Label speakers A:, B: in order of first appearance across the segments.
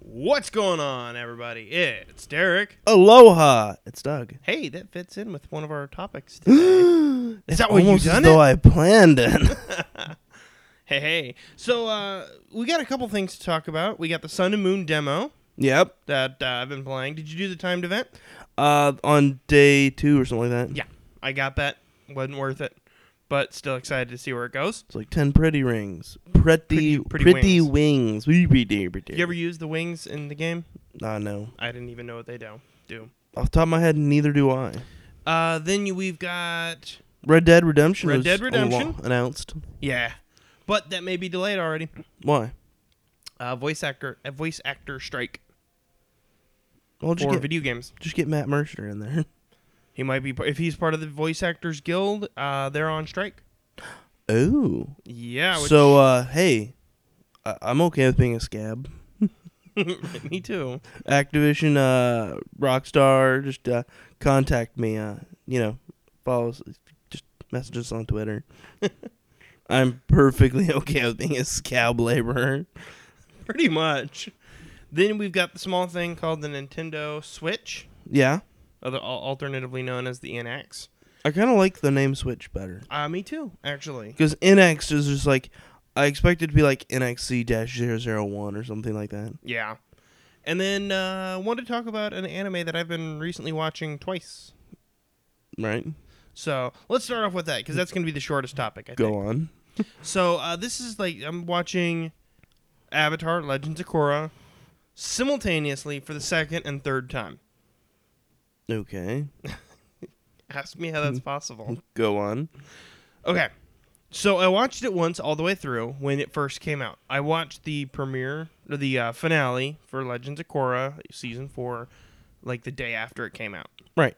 A: What's going on, everybody? It's Derek.
B: Aloha. It's Doug.
A: Hey, that fits in with one of our topics today.
B: Is
A: that what you done
B: Though
A: it?
B: I planned it.
A: hey, hey. So, uh, we got a couple things to talk about. We got the Sun and Moon demo
B: yep.
A: that uh, I've been playing. Did you do the timed event?
B: Uh, on day two or something like that.
A: Yeah, I got that. Wasn't worth it, but still excited to see where it goes.
B: It's like ten pretty rings.
A: Pretty-
B: Pretty pretty,
A: pretty
B: wings. We be dear, be
A: You ever use the wings in the game?
B: Nah, no.
A: I didn't even know what they do. Do.
B: Off the top of my head, neither do I.
A: Uh, then you- we've got
B: Red Dead Redemption.
A: Red
B: was
A: Dead
B: al-
A: Redemption?
B: announced.
A: yeah, but that may be delayed already.
B: Why?
A: Uh, voice actor, a voice actor strike
B: Well, just
A: for
B: get
A: video games.
B: just get Matt Mercer in there.
A: He might be if he's part of the Voice Actors Guild. Uh, they're on strike.
B: Oh.
A: Yeah. Which,
B: So uh, hey, I- I'm okay with being a scab.
A: me too.
B: Activision, uh, Rockstar, just uh, contact me. Uh, you know, follow us, just message us on Twitter. I'm perfectly okay with being a scab laborer.
A: Pretty much. Then we've got the small thing called the Nintendo Switch,
B: Yeah,
A: other, al- alternatively known as the NX.
B: I kind of like the name Switch better
A: Uh, me too, actually.
B: because NX is just like I expected to be like NXC-001 or something like that.
A: Yeah. And then uh, I want to talk about an anime that I've been recently watching twice.
B: Right?
A: So let's start off with that because that's going to be the shortest topic. I
B: Go
A: think.
B: on.
A: So uh, this is like I'm watching Avatar: Legends of Korra simultaneously for the second and third time.
B: Okay.
A: Ask me how that's possible.
B: Go on.
A: Okay. So I watched it once all the way through when it first came out. I watched the premiere, or the uh, finale for Legends of Korra season four, like the day after it came out.
B: Right.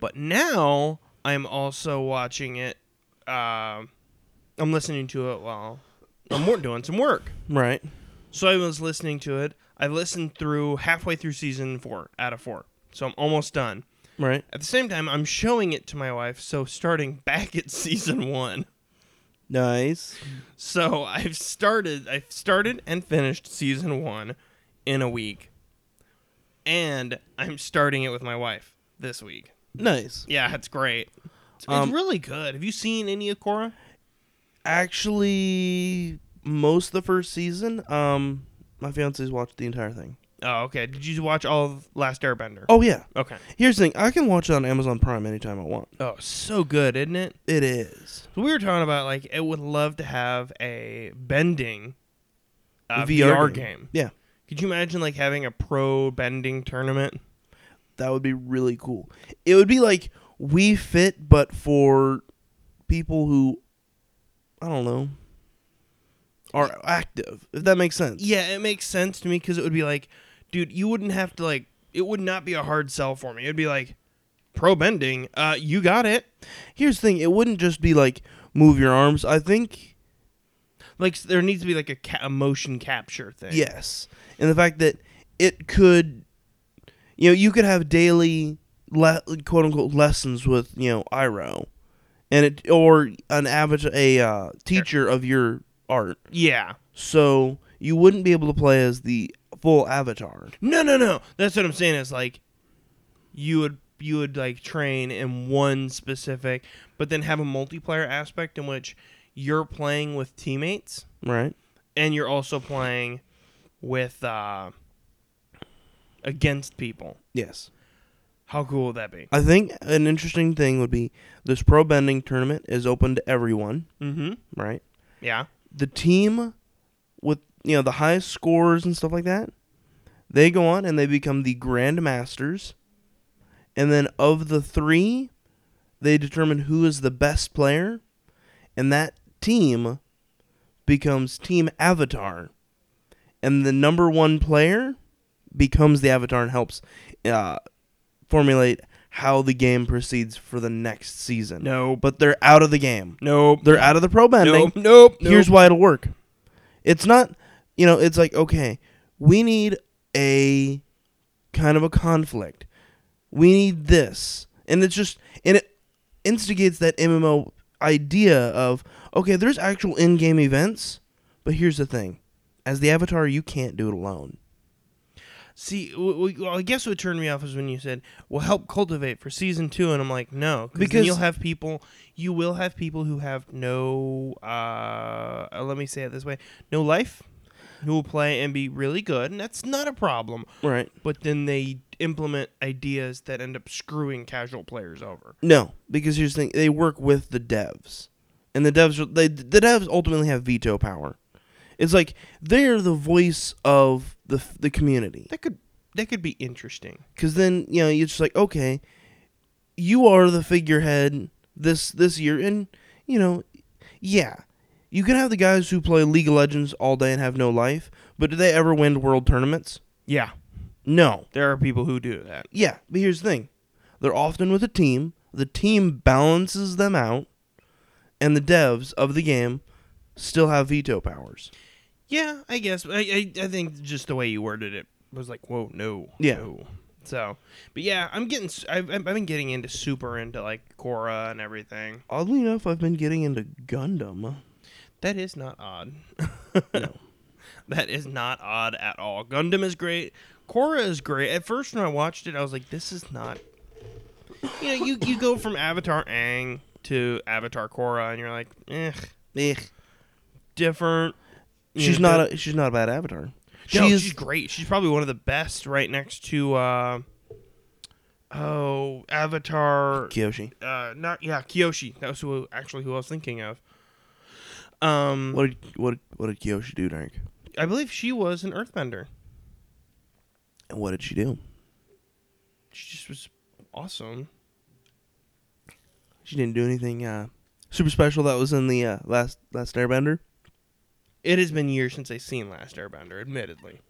A: But now I'm also watching it. Uh, I'm listening to it while I'm wor- doing some work.
B: Right.
A: So I was listening to it. I listened through halfway through season four out of four. So I'm almost done.
B: Right.
A: At the same time, I'm showing it to my wife. So starting back at season one.
B: Nice.
A: So I've started. I've started and finished season one in a week, and I'm starting it with my wife this week.
B: Nice.
A: Yeah, it's great. It's, it's
B: Um,
A: really good. Have you seen any of Korra?
B: actually most of the first season um my fiance's watched the entire thing
A: Oh, okay. Did you watch all of Last Airbender?
B: oh yeah
A: Okay.
B: here's the thing i can watch it on amazon prime anytime i want
A: Oh, so good, isn't it?
B: it is
A: So we were talking about like it would love to have a bending uh, VR,
B: VR
A: game.
B: game. yeah
A: Could you imagine like having a pro bending tournament?
B: that would be really cool it would be like we fit but for people who i don't know are active if that makes sense
A: Yeah, it makes sense to me because it would be like, dude, you wouldn't have to like. It would not be a hard sell for me. It'd be like pro bending. Uh, you got it.
B: here's the thing it wouldn't just be like move your arms i think
A: Like s- there needs to be like a, ca- a motion capture thing.
B: Yes. And the fact that it could, you know, you could have daily le- quote unquote lessons with, you know, Iro and it, or an avatar, a uh, teacher of your art.
A: Yeah.
B: So you wouldn't be able to play as the full avatar.
A: No, no, no. That's what I'm saying. Is like, you would you would like train in one specific, but then have a multiplayer aspect in which you're playing with teammates
B: Right.
A: and you're also playing with uh, against people.
B: Yes.
A: How cool would that be?
B: I think an interesting thing would be this pro bending tournament is open to everyone,
A: Mm-hmm.
B: right?
A: Yeah.
B: the team with you know the highest scores and stuff like that, they go on and they become the grand masters. And then of the three, they determine who is the best player, and that team becomes team avatar, and the number one player becomes the avatar and helps uh, formulate how the game proceeds for the next season.
A: No.
B: But they're out of the game.
A: Nope.
B: They're out of the pro banding
A: Nope. Nope.
B: here's why it'll work. It's not, you know, it's like, okay, we need a kind of a conflict. We need this. And it's just, and it instigates that MMO idea of, okay, there's actual in game events, but here's the thing. As the avatar, you can't do it alone.
A: See, w- w- well, I guess what turned me off is when you said, "Well, help cultivate for season two. and I'm like, "No," because
B: Because-
A: you'll have people, you will have people who have no, uh, uh, let me say it this way, no life, who will play and be really good, and that's not a problem.
B: Right.
A: But then they implement ideas that end up screwing casual players over.
B: No, because here's the thing: they work with the devs, and the devs are- they the devs ultimately have veto power. It's like they're the voice of the f- the community.
A: That could that could be interesting.
B: Because then you know you're just like, okay, you are the figurehead this this year, and you know, yeah, you can have the guys who play League of Legends all day and have no life, but do they ever win world tournaments?
A: Yeah,
B: No.
A: there are people who do that.
B: Yeah, but here's the thing: they're often with a team. The team balances them out, and the devs of the game still have veto powers.
A: Yeah, I guess. I, I I think just the way you worded it was like, whoa, no,
B: Yeah.
A: no. So, but yeah, I'm getting. s- I've, I've been getting into super into like Korra and everything.
B: Oddly enough, I've been getting into Gundam.
A: That is not odd.
B: No.
A: that is not odd at all. Gundam is great. Korra is great. At first, when I watched it, I was like, this is not. You know, you you go from Avatar Aang to Avatar Korra, and you're like, eh,
B: Eh,
A: different. You
B: she's
A: know,
B: not. A, she's not a bad avatar. She
A: No,
B: is
A: she's great. She's probably one of the best right next to uh oh, Avatar
B: Kyoshi.
A: uh not yeah, Kyoshi. That was who actually who I was thinking of. Um
B: What did, what did, what did Kyoshi do, Dark?
A: I believe she was an earthbender.
B: And what did she do?
A: She just was awesome.
B: She didn't do anything uh, super special that was in the uh, last last Airbender.
A: It has been years since I've seen Last Airbender, admittedly.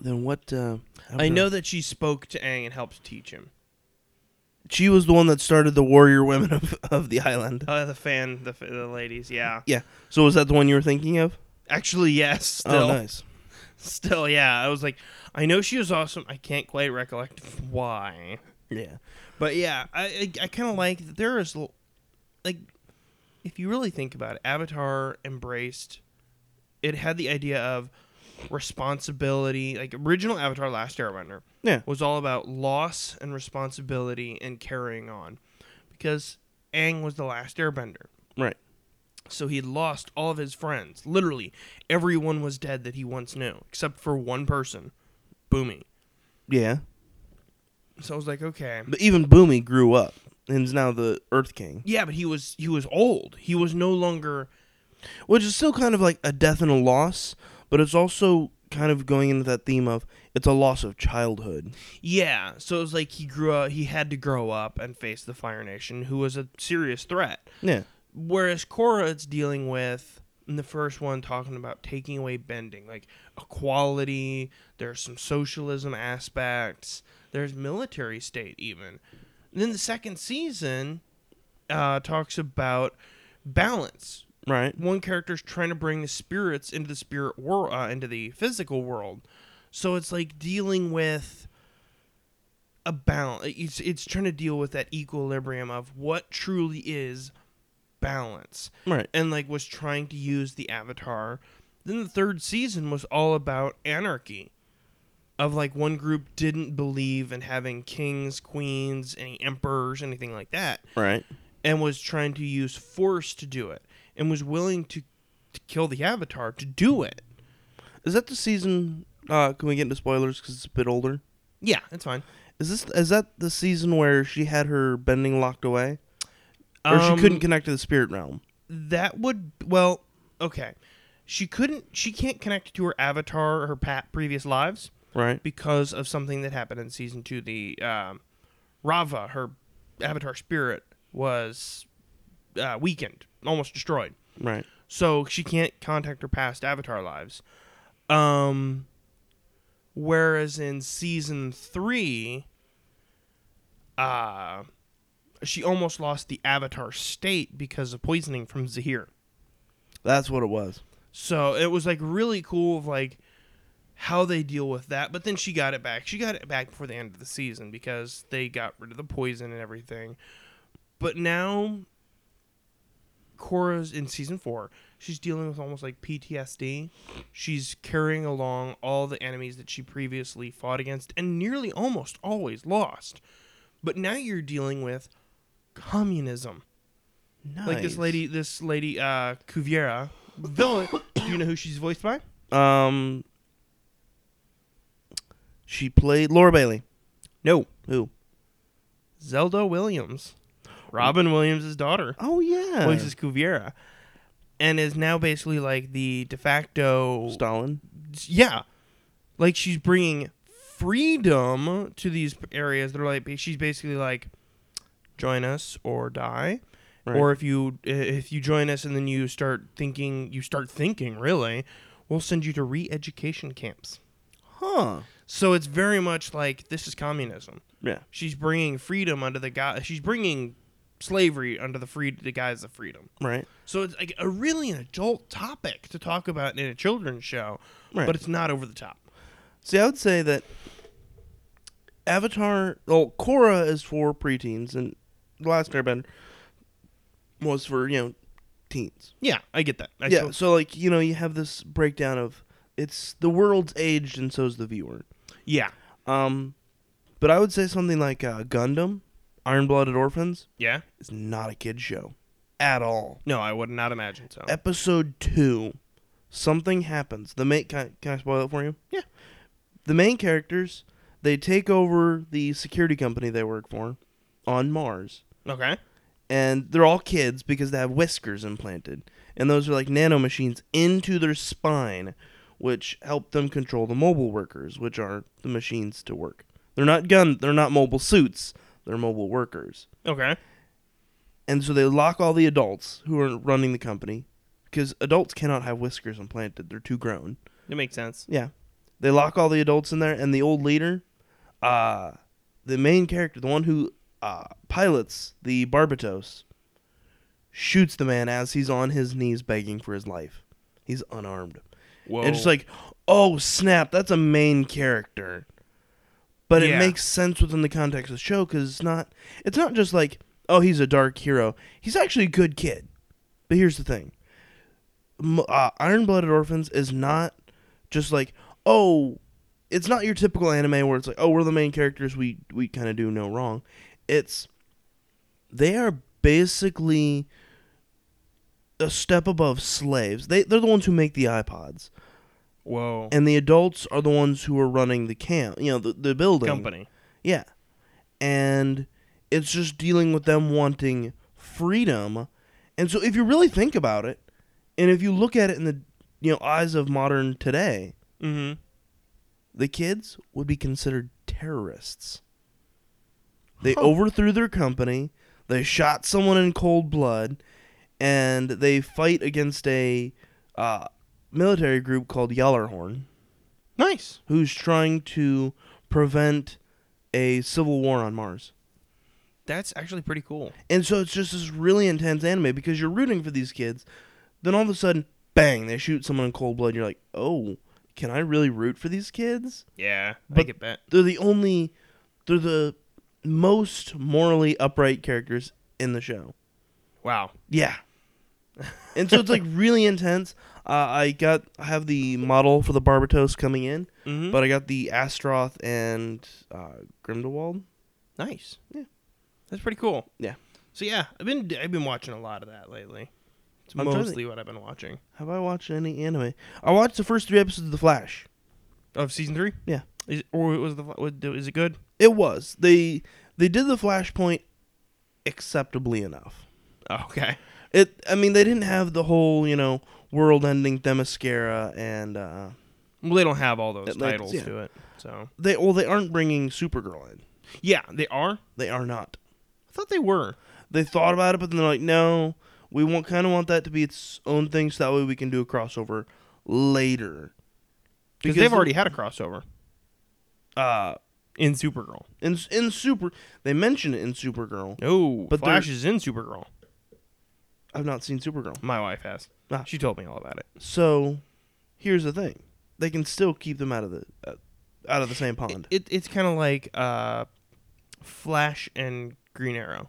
B: Then what? Uh,
A: I
B: Avatar-
A: know that she spoke to Aang and helped teach him.
B: she was the one that started the warrior women of, of the island.
A: Uh, the fan, the, f- the ladies, yeah.
B: So was that the one you were thinking of?
A: Actually, yes. Still,
B: Oh, nice.
A: still, yeah. I was like, I know she was awesome. I can't quite recollect why.
B: Yeah.
A: But yeah, I I, I kind of like that there is l- like if you really think about it, Avatar embraced it had the idea of responsibility. Like original Avatar Last Airbender
B: Yeah.
A: was all about loss and responsibility and carrying on because Aang was the last airbender.
B: Right.
A: So he had lost all of his friends. Literally, everyone was dead that he once knew, except for one person, Boomy.
B: Yeah.
A: So I was like, okay.
B: But even Boomy grew up and is now the Earth King,
A: Yeah, but he was he was old. He was no longer
B: which is still kind of like a death and a loss, but it's also kind of going into that theme of it's a loss of childhood.
A: Yeah, so it was like he grew up. He had to grow up and face the Fire Nation, who was a serious threat.
B: Yeah.
A: Whereas Korra, it's dealing with in the first one talking about taking away bending, like equality. There's some socialism aspects. There's military state even. And then the second season uh, talks about balance.
B: Right.
A: One character's trying to bring the spirits into the spirit world, uh, into the physical world. So it's like dealing with a balance. It's it's trying to deal with that equilibrium of what truly is balance,
B: Right.
A: and like was trying to use the avatar. Then the third season was all about anarchy, of like one group didn't believe in having kings, queens, any emperors, anything like that
B: Right.
A: and was trying to use force to do it and was willing to, to kill the avatar to do it
B: Is that the season? Uh, can we get into spoilers because it's a bit older?
A: yeah that's fine
B: Is this is that the season where she had her bending locked away, or
A: Um,
B: she couldn't connect to the spirit realm?
A: that would well okay she couldn't she can't connect to her avatar or her pa- previous lives
B: Right.
A: because of something that happened in season two the um, rava her avatar spirit was uh, weakened almost destroyed
B: Right.
A: so she can't contact her past avatar lives. Um, whereas in season three, uh, she almost lost the avatar state because of poisoning from Zahir.
B: That's what it was.
A: So it was like really cool of like how they deal with that. But then she got it back. She got it back before the end of the season because they got rid of the poison and everything. But now Korra's in season four. She's dealing with almost like PTSD. She's carrying along all the enemies that she previously fought against and nearly almost always lost. But now you're dealing with communism.
B: Nice.
A: Like this lady, this lady uh, Cuviera, villain. do you know who she's voiced by?
B: Um, she played Laura Bailey.
A: No,
B: Who?
A: Zelda Williams, Robin Williams' daughter.
B: Oh yeah,
A: voices Cuviera, and is now basically like the de facto.
B: Stalin.
A: Yeah, like she's bringing freedom to these areas. They're like she's basically like, join us or die,
B: Right.
A: or if you if you join us and then you start thinking you start thinking really, we'll send you to re-education camps.
B: Huh.
A: So it's very much like this is communism.
B: Yeah.
A: She's bringing freedom under the guy. She's bringing slavery under the free the guise of freedom.
B: Right.
A: So it's like a really an adult topic to talk about in a children's show,
B: Right.
A: but it's not over the top.
B: See, I would say that Avatar. Well, Korra is for preteens, and The Last Airbender was for you know teens.
A: Yeah, I get that. I
B: yeah.
A: totally-
B: so like you know you have this breakdown of it's the world's aged and so's the viewer.
A: yeah,
B: Um, but I would say something like uh, Gundam, Iron Blooded Orphans
A: yeah.
B: is not a kid show at all.
A: No, I would not imagine so.
B: Episode two, something happens. The main can I, can I spoil it for you?
A: Yeah.
B: The main characters they take over the security company they work for on Mars,
A: Okay.
B: and they're all kids because they have whiskers implanted, and those are like nanomachines into their spine, which help them control the mobile workers, which are the machines to work. They're not gun. They're not mobile suits. They're mobile workers.
A: Okay.
B: And so they lock all the adults who are running the company because adults cannot have whiskers implanted. They're too grown.
A: That makes sense.
B: Yeah. They lock all the adults in there and the old leader, uh the main character, the one who uh pilots the Barbatos, shoots the man as he's on his knees begging for his life. He's unarmed.
A: Whoa.
B: And just like, "Oh, snap, that's a main character." But
A: Yeah.
B: it makes sense within the context of the show cuz it's not it's not just like, "Oh, he's a dark hero." He's actually a good kid. But here's the thing. M- uh, Iron Blooded Orphans is not just like, "Oh, it's not your typical anime where it's like, "Oh, we're the main characters, we we kind of do no wrong." It's they are basically a step above slaves. They they're the ones who make the iPods
A: whoa.
B: and the adults are the ones who are running the camp, you know, the, the building.
A: Company.
B: Yeah. And it's just dealing with them wanting freedom. And so if you really think about it, and if you look at it in the you know eyes of modern today,
A: Mm-hmm.
B: the kids would be considered terrorists. They overthrew their company, they shot someone in cold blood, and they fight against a uh, military group called Yellerhorn.
A: Nice.
B: who's trying to prevent a civil war on Mars.
A: That's actually pretty cool.
B: And so it's just this really intense anime because you're rooting for these kids. Then all of a sudden, bang, they shoot someone in cold blood. And you're like, oh, can I really root for these kids?
A: Yeah, I
B: But-
A: get that.
B: They're the only, they're the most morally upright characters in the show.
A: Wow.
B: Yeah. and so it's like really intense. Uh, I got, I have the model for the Barbatos coming in,
A: Mm-hmm.
B: but I got the Astroth and uh, Grimdewald.
A: nice.
B: Yeah.
A: That's pretty cool.
B: Yeah.
A: So yeah, I've been I've been watching a lot of that lately. It's
B: I'm trying to-
A: mostly what I've been watching
B: Have I watched any anime? I watched the first three episodes of The Flash.
A: of season three.
B: Yeah.
A: Is, or was the was- is it good?
B: It was they they did the Flashpoint acceptably enough.
A: Oh, Okay.
B: It I mean they didn't have the whole you know world-ending Themyscira and uh,
A: Well, they don't have all those
B: Atlantis,
A: titles
B: yeah.
A: to it. So
B: they well they aren't bringing Supergirl in.
A: yeah, they are.
B: They are not.
A: I thought they were.
B: They thought about it, but then they're like, no, we want kind of want that to be its own thing, so that way we can do a crossover later.
A: Because they've already had a crossover
B: uh
A: in Supergirl.
B: in in Super they mention it in
A: No,
B: Supergirl.
A: but
B: Oh, But
A: Flash
B: they're-
A: is in Supergirl.
B: I've not seen Supergirl.
A: My wife has.
B: Ah.
A: She told me all about it.
B: So, here's the thing: they can still keep them out of the uh, out of the same
A: It,
B: pond.
A: it- it's kind of like uh, Flash and Green Arrow.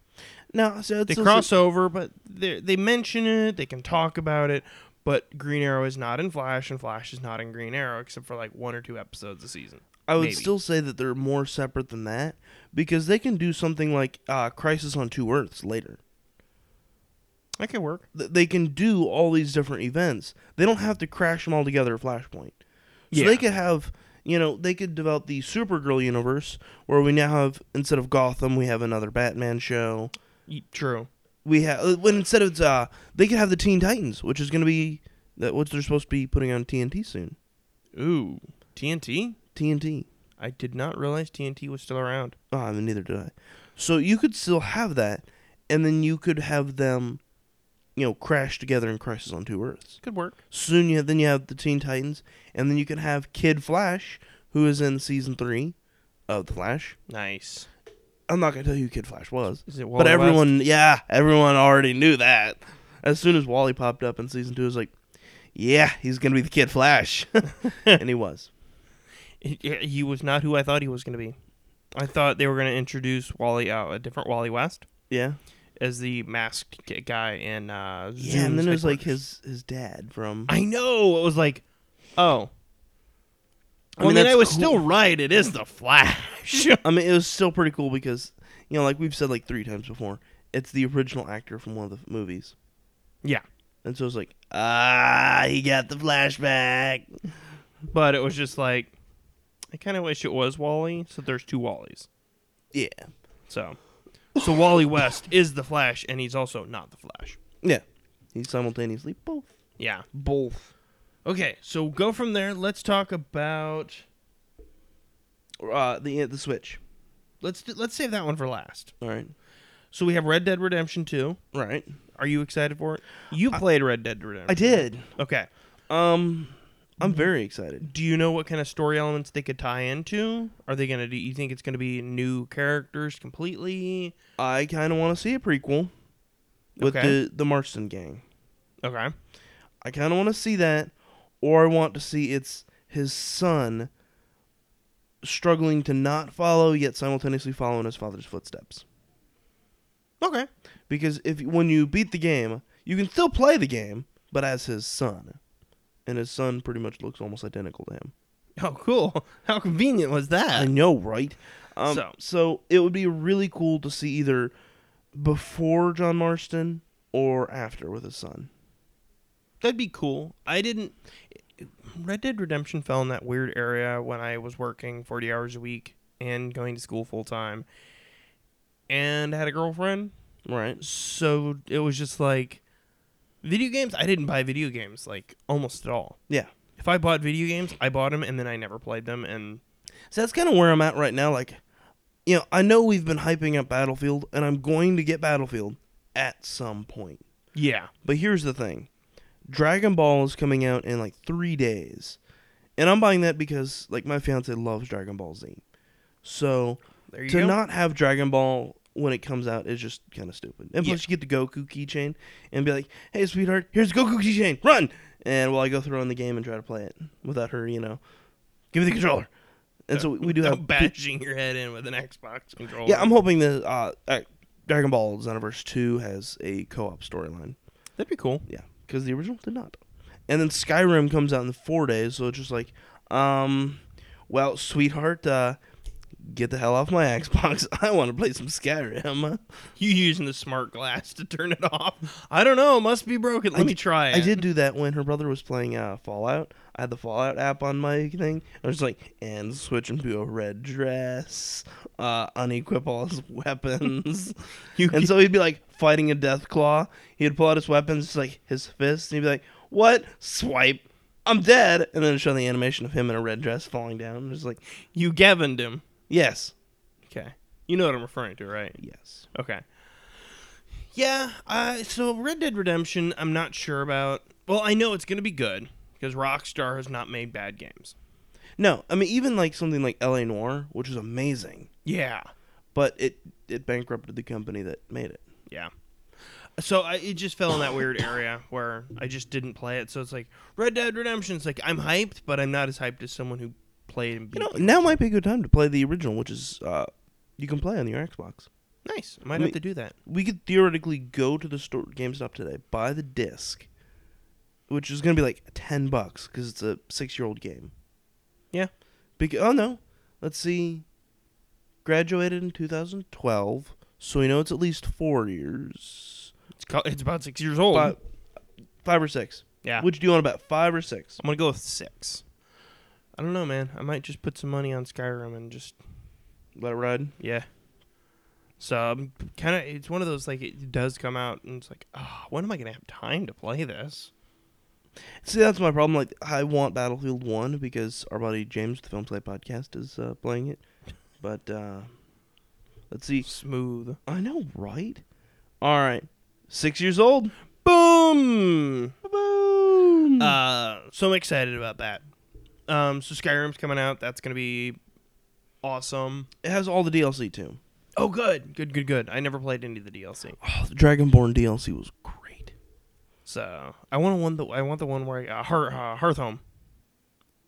B: No, so it's
A: They
B: also-
A: cross over, but they they mention it. They can talk about it, but Green Arrow is not in Flash, and Flash is not in Green Arrow, except for like one or two episodes a season.
B: I would
A: maybe.
B: still say that they're more separate than that because they can do something like uh, Crisis on Two Earths later.
A: That could work.
B: Th- They can do all these different events. They don't have to crash them all together at Flashpoint. So
A: Yeah.
B: they could have, you know, they could develop the Supergirl universe where we now have instead of Gotham, we have another Batman show.
A: Y- True.
B: We have when instead of uh, they could have the Teen Titans, which is going to be that what they're supposed to be putting on TNT soon.
A: Ooh, TNT.
B: TNT.
A: I did not realize TNT was still around.
B: Oh, I mean, neither did I. So you could still have that, and then you could have them, you know, crash together in Crisis on Two Earths.
A: Could work.
B: Soon you then you have the Teen Titans, and then you can have Kid Flash, who is in season three of the Flash.
A: Nice.
B: I'm not gonna tell you who Kid Flash was,
A: Is it?
B: but
A: Wally West?
B: everyone, yeah, everyone already knew that. As soon as Wally popped up in season two, it was like, yeah, he's gonna be the Kid Flash, and he was.
A: Yeah, he was not who I thought he was going to be. I thought they were going to introduce Wally, uh, a different Wally West,
B: Yeah,
A: as the masked ki- guy in uh, Zoom's
B: yeah, and then it was like
A: headquarters.
B: his his dad from.
A: I know. It was like, oh. Well, I
B: I mean,
A: mean, I
B: that's
A: was
B: cool.
A: still right. It is the Flash.
B: I mean, it was still pretty cool because, you know, like we've said like three times before, it's the original actor from one of the movies.
A: yeah,
B: And so it's like, ah, he got the flashback.
A: but it was just like, I kind of wish it was Wally. So there's two Wallys.
B: Yeah.
A: So, so Wally West is the Flash, and he's also not the Flash.
B: Yeah. He's simultaneously both.
A: Yeah, both. Okay, so go from there. Let's talk about.
B: Uh, the, the Switch.
A: Let's do, let's save that one for last.
B: All right.
A: So we have Red Dead Redemption 2.
B: Right.
A: Are you excited for it? You played Red Dead Redemption.
B: I did.
A: Okay.
B: Um, I'm very excited.
A: Do you know what kind of story elements they could tie into? Are they going to do you think it's going to be new characters completely?
B: I kind of want to see a prequel with
A: Okay.
B: the, the Marston gang.
A: Okay.
B: I kind of want to see that, or I want to see it's his son struggling to not follow yet simultaneously following his father's footsteps.
A: Okay.
B: Because if when you beat the game, you can still play the game, but as his son, and his son pretty much looks almost identical to him.
A: Oh, cool. How convenient was
B: I
A: that?
B: know, right? Um, so.
A: So.
B: it would be really cool to see either before John Marston or after with his son.
A: That'd be cool. I didn't Red Dead Redemption fell in that weird area when I was working 40 hours a week and going to school full time. And I had a girlfriend
B: Right.
A: so it was just like video games i didn't buy video games like almost at all
B: Yeah.
A: if i bought video games i bought them and then i never played them and
B: So that's kind of where I'm at right now. Like, you know, I know we've been hyping up Battlefield, and I'm going to get Battlefield at some point.
A: yeah
B: But here's the thing Dragon Ball is coming out in like three days. And I'm buying that because, like, my fiance loves Dragon Ball Z. So
A: there you
B: to
A: go
B: not have Dragon Ball when it comes out is just kind of stupid. And plus, you get the Goku keychain and be like, hey, sweetheart, here's the Goku keychain, run! And while I go throw in the game and try to play it without her, you know, give me the controller. And so we- we do
A: Without
B: have pe-
A: bashing your head in with an xbox controller
B: yeah, I'm hoping that uh, uh, Dragon Ball Xenoverse 2 has a co-op storyline.
A: that'd be cool
B: Yeah, because the original did not. And then Skyrim comes out in four days, so it's just like, um, well, sweetheart, uh, get the hell off my Xbox. I want to play some Skyrim.
A: you using the smart glass to turn it off i don't know it must be broken let
B: I
A: me
B: did-
A: try it
B: I did do that when her brother was playing uh, Fallout. I had the Fallout app on my thing. I was like, and switch into a red dress, uh, unequip all his weapons.
A: You
B: and
A: get-
B: so he'd be like fighting a death claw. He'd pull out his weapons, like his fists, and he'd be like, what? Swipe. I'm dead. And then show the animation of him in a red dress falling down. And it's like,
A: you gavined him
B: yes,
A: okay you know what i'm referring to right
B: yes.
A: Okay. Yeah, uh, so Red Dead Redemption, I'm not sure about. Well, I know it's going to be good because Rockstar has not made bad games.
B: No, I mean, even like something like LA Noir, which is amazing,
A: Yeah.
B: but it, it bankrupted the company that made it.
A: Yeah. So I, it just fell in that weird area where I just didn't play it. So it's like Red Dead Redemption. It's like I'm hyped, but I'm not as hyped as someone who played and beat.
B: You know,
A: the
B: now might be a good time to play the original, which is uh, you can play on your Xbox.
A: Nice. I might
B: Me-
A: have to do that.
B: we could theoretically go to the store GameStop today, buy the disc, which is gonna be like ten bucks because it's a six-year-old game.
A: Yeah.
B: Because oh no, let's see. Graduated in 2012, so we know it's at least four years,
A: It's co- it's about six years old.
B: five, five or six.
A: yeah.
B: Which do you want about five or six?
A: I'm gonna go with six. I don't know, man. I might just put some money on Skyrim and just
B: Let it ride.
A: yeah. So I'm kind of it's one of those like it does come out and it's like, oh, when am I gonna have time to play this?
B: See, that's my problem. Like, I want Battlefield One because our buddy James, the Film Play Podcast, is uh, playing it. But uh, let's see.
A: Smooth.
B: I know, right? All right, six years old.
A: Boom.
B: Boom.
A: Uh, so I'm excited about that. Um, so Skyrim's coming out. That's gonna be awesome.
B: it has all the DLC too.
A: Oh, good, good, good, good. I never played any of the DLC,
B: Oh, the Dragonborn DLC was great.
A: so I want one. The I want the one where I, uh, hearth, uh, hearth home,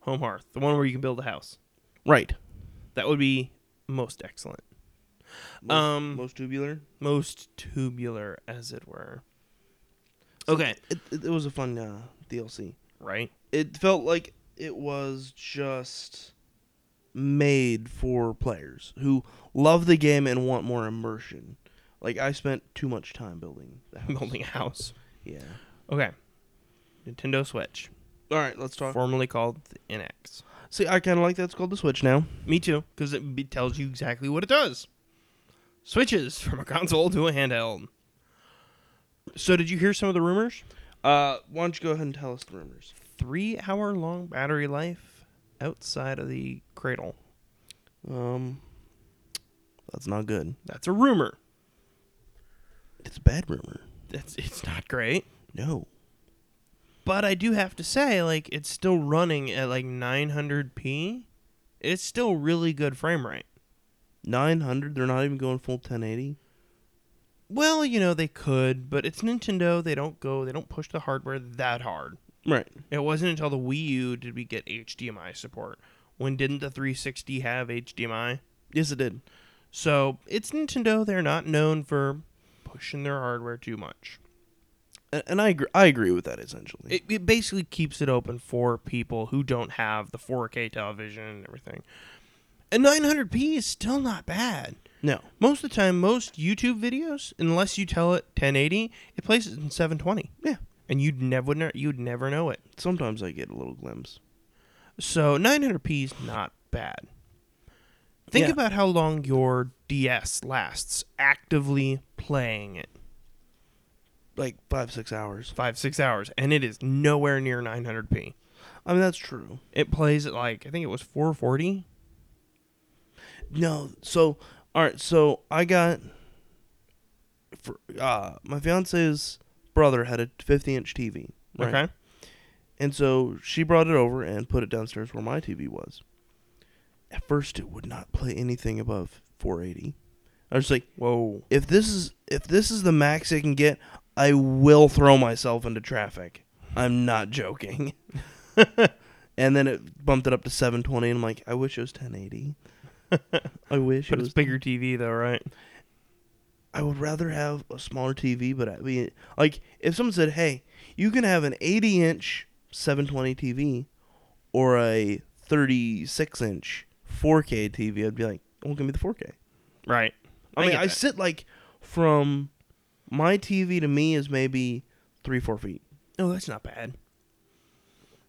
A: home hearth, the one where you can build a house.
B: Right.
A: That would be most excellent.
B: Most,
A: Um,
B: most tubular.
A: Most tubular, as it were. Okay.
B: It, it, it was a fun uh, DLC.
A: Right?
B: It felt like it was just made for players who love the game and want more immersion. Like I spent too much time building the house.
A: Building a house.
B: Yeah.
A: Okay. Nintendo Switch,
B: All right, let's talk.
A: formerly called the NX.
B: See, I kind of like that. It's called the Switch now.
A: Me too, because it be- tells you exactly what it does. Switches from a console to a handheld. So, did you hear some of the rumors?
B: Uh, why don't you go ahead and tell us the rumors?
A: Three hour long battery life outside of the cradle.
B: Um, that's not good.
A: That's a rumor.
B: It's a bad rumor.
A: That's it's not great.
B: No.
A: But I do have to say, like, it's still running at like 900p. It's still really good frame rate.
B: 900, they're not even going full 1080.
A: Well, you know, they could, but it's Nintendo. They don't go, they don't push the hardware that hard.
B: Right.
A: It wasn't until the Wii U did we get HDMI support. When didn't the 360 have HDMI?
B: Yes, it did.
A: So it's Nintendo. They're not known for pushing their hardware too much.
B: And, and I, agree, I agree with that, essentially.
A: It, it basically keeps it open for people who don't have the 4K television and everything. And 900p is still not bad.
B: no.
A: Most of the time, most YouTube videos, unless you tell it 1080, it plays it in 720,
B: Yeah.
A: and you'd never you'd never know it.
B: Sometimes I get a little glimpse.
A: So 900p is not bad. Think
B: Yeah.
A: about how long your DS lasts actively playing it
B: Like five, six hours.
A: five six hours, and it is nowhere near 900p.
B: I mean, that's true.
A: It plays at like I think it was 440.
B: No. So, all right. So I got. For, uh, my fiance's brother had a 50 inch TV. Right.
A: Okay,
B: And so she brought it over and put it downstairs where my TV was. At first, it would not play anything above 480. I was like,
A: whoa,
B: if this is if this is the max it can get, I will throw myself into traffic. I'm not joking. and then it bumped it up to 720. And I'm like, I wish it was 1080. I wish
A: but
B: it
A: it's
B: was.
A: bigger TV though, right?
B: I would rather have a smaller TV, but I mean, like, if someone said, "Hey, you can have an 80 inch 720 TV or a 36 inch 4K TV," I'd be like, "Well, give me the 4K."
A: Right.
B: I, mean,
A: get
B: I
A: that.
B: sit like from my TV to me is maybe three, four feet.
A: No, oh, that's not bad.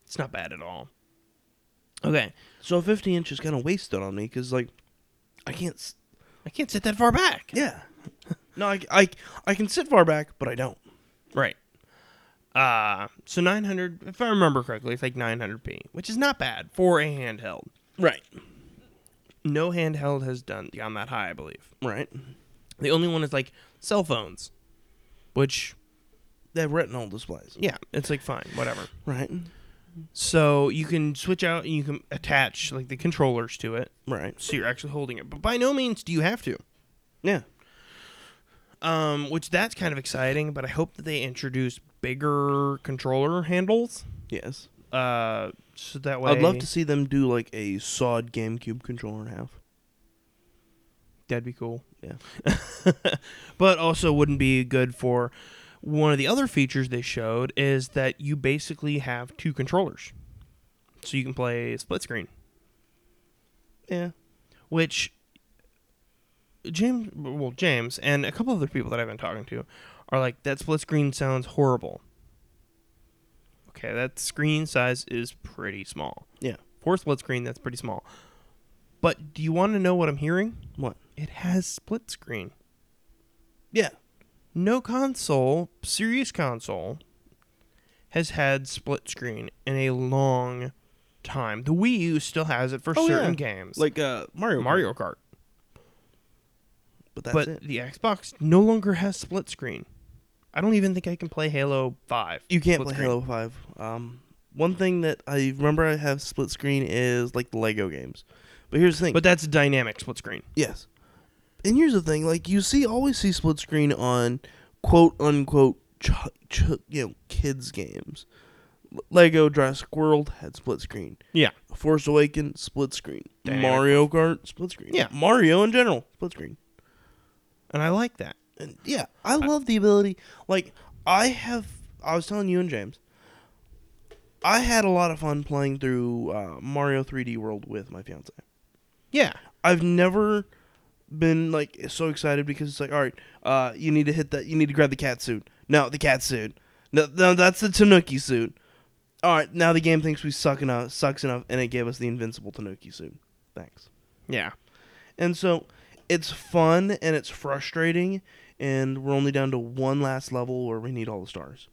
A: It's not bad at all. Okay.
B: So 50 inch is kind of wasted on me because, like, I can't. s-
A: I can't sit that far back.
B: Yeah. No, I, I, I can sit far back, but I don't.
A: Right. Uh, so 900, if I remember correctly, it's like 900p, which is not bad for a handheld.
B: Right.
A: No handheld has done gone that high, I believe.
B: Right.
A: The only one is like cell phones, which,
B: They have retinal displays.
A: yeah, it's like fine, whatever.
B: Right.
A: So you can switch out and you can attach like the controllers to it.
B: Right.
A: So you're actually holding it. But by no means do you have to.
B: Yeah.
A: um, which that's kind of exciting. But I hope that they introduce bigger controller handles,
B: Yes.
A: uh, so that way
B: I'd love to see them do like a sawed GameCube controller in half.
A: That'd be cool.
B: Yeah.
A: but also wouldn't be good for one of the other features they showed is that you basically have two controllers. So you can play split screen,
B: Yeah.
A: which James well James and a couple other people that I've been talking to are like that split screen sounds horrible. Okay, that screen size is pretty small.
B: Yeah.
A: For split screen that's pretty small. But do you want to know what I'm hearing?
B: What?
A: It has split screen.
B: Yeah.
A: no console, serious console, has had split screen in a long time. The Wii U still has it for
B: Oh,
A: certain
B: yeah.
A: games,
B: Like uh Mario. Kart.
A: Mario Kart.
B: But that's
A: but
B: it.
A: the Xbox no longer has split screen. I don't even think I can play Halo Five.
B: You can't
A: split
B: play
A: screen.
B: Halo Five. Um, one thing that I remember I have split screen is like the Lego games. But here's the thing.
A: but that's a dynamic split screen.
B: yes, and here's the thing. Like you see, always see split screen on quote unquote ch- ch- you know kids games. L- Lego Jurassic World had split screen.
A: Yeah,
B: Force Awakens split screen.
A: Dynamic.
B: Mario Kart split screen.
A: Yeah.
B: Mario in general split screen.
A: and I like that.
B: And yeah, I love the ability. Like I have, I was telling you and James, I had a lot of fun playing through uh, Mario 3D World with my fiance.
A: Yeah,
B: I've never been like so excited because it's like, all right, uh, you need to hit that. You need to grab the cat suit. No, the cat suit. No, no, that's the Tanuki suit. All right, now the game thinks we suck enough, sucks enough, and it gave us the invincible Tanuki suit. Thanks.
A: yeah,
B: And so it's fun and it's frustrating, and we're only down to one last level where we need all the stars.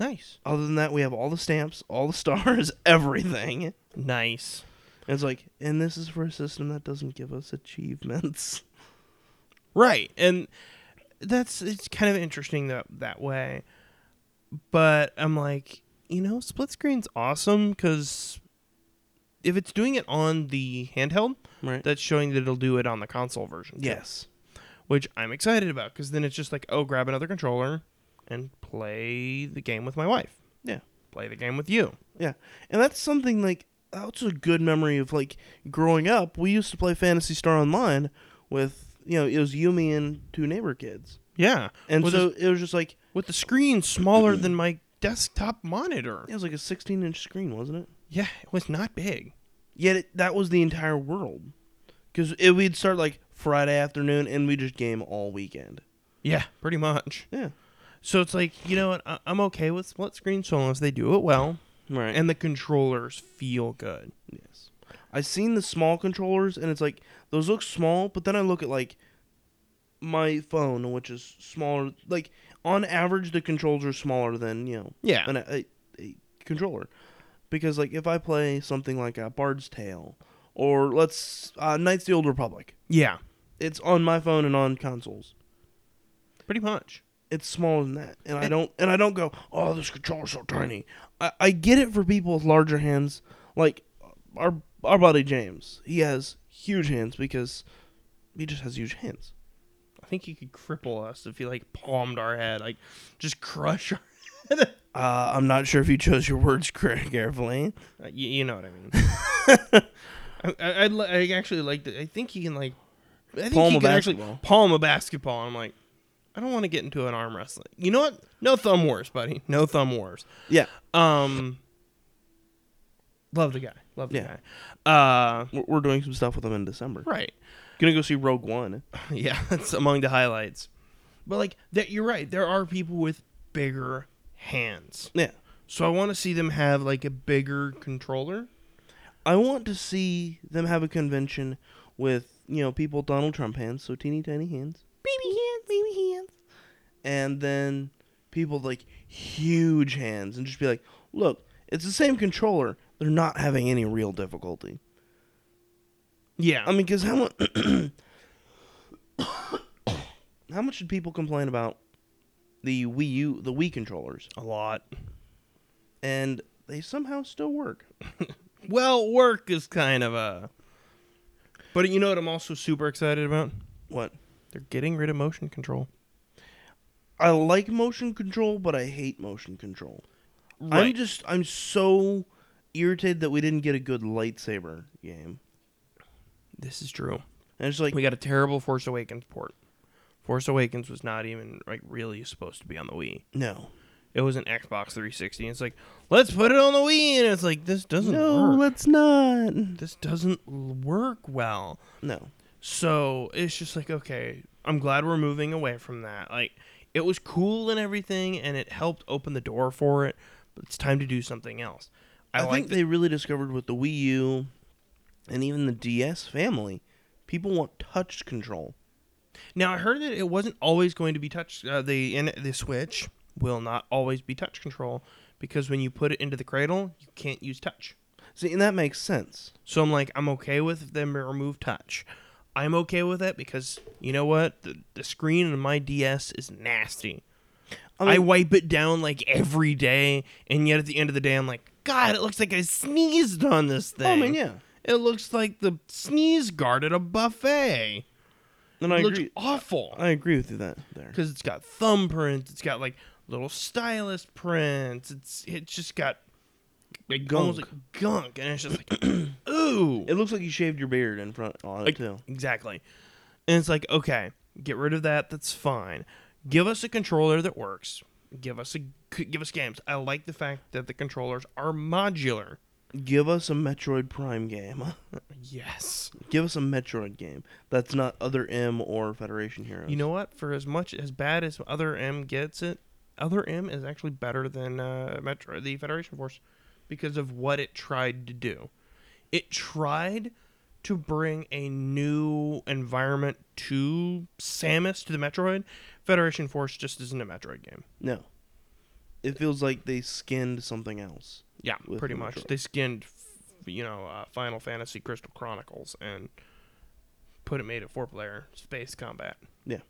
A: nice,
B: Other than that, we have all the stamps, all the stars, everything. And
A: nice.
B: it's like, and this is for a system that doesn't give us achievements.
A: Right. And that's it's kind of interesting that that way. But I'm like, you know, split screen's awesome cuz if it's doing it on the handheld,
B: Right.
A: that's showing that it'll do it on the console version. too,
B: Yes.
A: which I'm excited about cuz then it's just like, oh, grab another controller and play the game with my wife.
B: Yeah.
A: Play the game with you.
B: Yeah. And that's something like that's a good memory of like growing up. We used to play Fantasy Star Online with you know, it was Yumi and two neighbor kids.
A: Yeah.
B: And
A: with
B: so
A: a-
B: it was just like
A: with the screen smaller than my desktop monitor.
B: it was like a sixteen inch screen, wasn't it?
A: Yeah, it was not big.
B: Yet it, that was the entire world. Because it we'd start like Friday afternoon and we just game all weekend.
A: Yeah, pretty much.
B: Yeah.
A: So it's like you know what I- I'm okay with split screen so long as they do it well
B: Right. And
A: and the controllers feel good.
B: yes. I've seen the small controllers and it's like those look small, but then I look at like my phone, which is smaller. Like on average, the controls are smaller than you know
A: Yeah,
B: an, a, a controller, because like if I play something like a Bard's Tale or let's uh, Knights of the Old Republic,
A: yeah,
B: it's on my phone and on consoles.
A: pretty much.
B: it's smaller than that, and I
A: And-
B: don't and I don't go, oh, this controller's so tiny. I, I get it for people with larger hands, like our our buddy James. He has huge hands because he just has huge hands.
A: I think he could cripple us if he like palmed our head, like just crush our.
B: Uh, I'm not sure if you chose your words correct carefully.
A: Uh, You, you know what I mean. I, I, I'd li- I actually like. that I think he can like. I think
B: Palm
A: he
B: a
A: can actually
B: basketball.
A: palm a basketball. I'm like, I don't want to get into an arm wrestling. You know what? No thumb wars, buddy. No thumb wars.
B: Yeah,
A: Um. Love the guy. Love the
B: Yeah.
A: guy. Uh.
B: we're, we're doing some stuff with him in December.
A: Right.
B: Gonna go see Rogue One.
A: Yeah, that's among the highlights. But like that, you're right. There are people with bigger hands,
B: Yeah,
A: so I want to see them have like a bigger controller.
B: I want to see them have a convention with you know people with Donald Trump hands, so teeny tiny hands.
A: Baby hands, baby hands.
B: and then people with, like huge hands and just be like, look, it's the same controller. They're not having any real difficulty.
A: Yeah,
B: I mean, because how much how much did people complain about the Wii U, the Wii controllers,
A: a lot.
B: and they somehow still work?
A: Well, work is kind of a. But you know what? I'm also super excited about.
B: What?
A: They're getting rid of motion control.
B: I like motion control, but I hate motion control. I'm
A: Right.
B: just I'm so irritated that we didn't get a good lightsaber game.
A: This is true.
B: And it's like
A: we got a terrible Force Awakens port. Force Awakens was not even like really supposed to be on the Wii.
B: no,
A: It was an Xbox 360. And it's like, let's put it on the Wii, and it's like this doesn't
B: no,
A: work.
B: let's not.
A: This doesn't l- work well.
B: No,
A: So it's just like, okay, I'm glad we're moving away from that. Like, it was cool and everything, and it helped open the door for it, but it's time to do something else. I,
B: I,
A: like
B: think
A: that.
B: they really discovered with the Wii U and even the DS family, people want touch control.
A: Now, I heard that it wasn't always going to be touch. Uh, the, in, the Switch will not always be touch control because when you put it into the cradle, you can't use touch.
B: See, and that makes sense.
A: So I'm like, I'm okay with them to remove touch. I'm okay with it because you know what? The, the screen on my DS is nasty.
B: I
A: I,
B: mean-
A: wipe it down like every day, and yet at the end of the day, I'm like, God, it looks like I sneezed on this thing.
B: Oh, I mean, yeah.
A: It looks like the sneeze guard at a buffet.
B: And
A: It
B: I
A: looks
B: agree.
A: awful
B: I agree with you that there.
A: because it's got thumbprints. It's got like little stylus prints. It's it's just got like almost
B: Gunk.
A: like gunk, and it's just like, ooh.
B: It looks like you shaved your beard in front on it
A: Like-
B: too.
A: Exactly. And it's like, okay, get rid of that. That's fine. Give us a controller that works. Give us a c- give us games. I like the fact that the controllers are modular.
B: Give us a Metroid Prime game.
A: Yes.
B: Give us a Metroid game that's not other M or Federation Heroes.
A: You know what? For as much as bad as Other M gets it, Other M is actually better than uh, Metro the Federation Force because of what it tried to do. It tried to bring a new environment to Samus to the Metroid. Federation Force just isn't a Metroid game.
B: no. It feels like they skinned something else.
A: Yeah,
B: with
A: pretty
B: the
A: much.
B: Metroid.
A: They skinned, f- you know, uh, Final Fantasy Crystal Chronicles and put it made it four player space combat.
B: Yeah.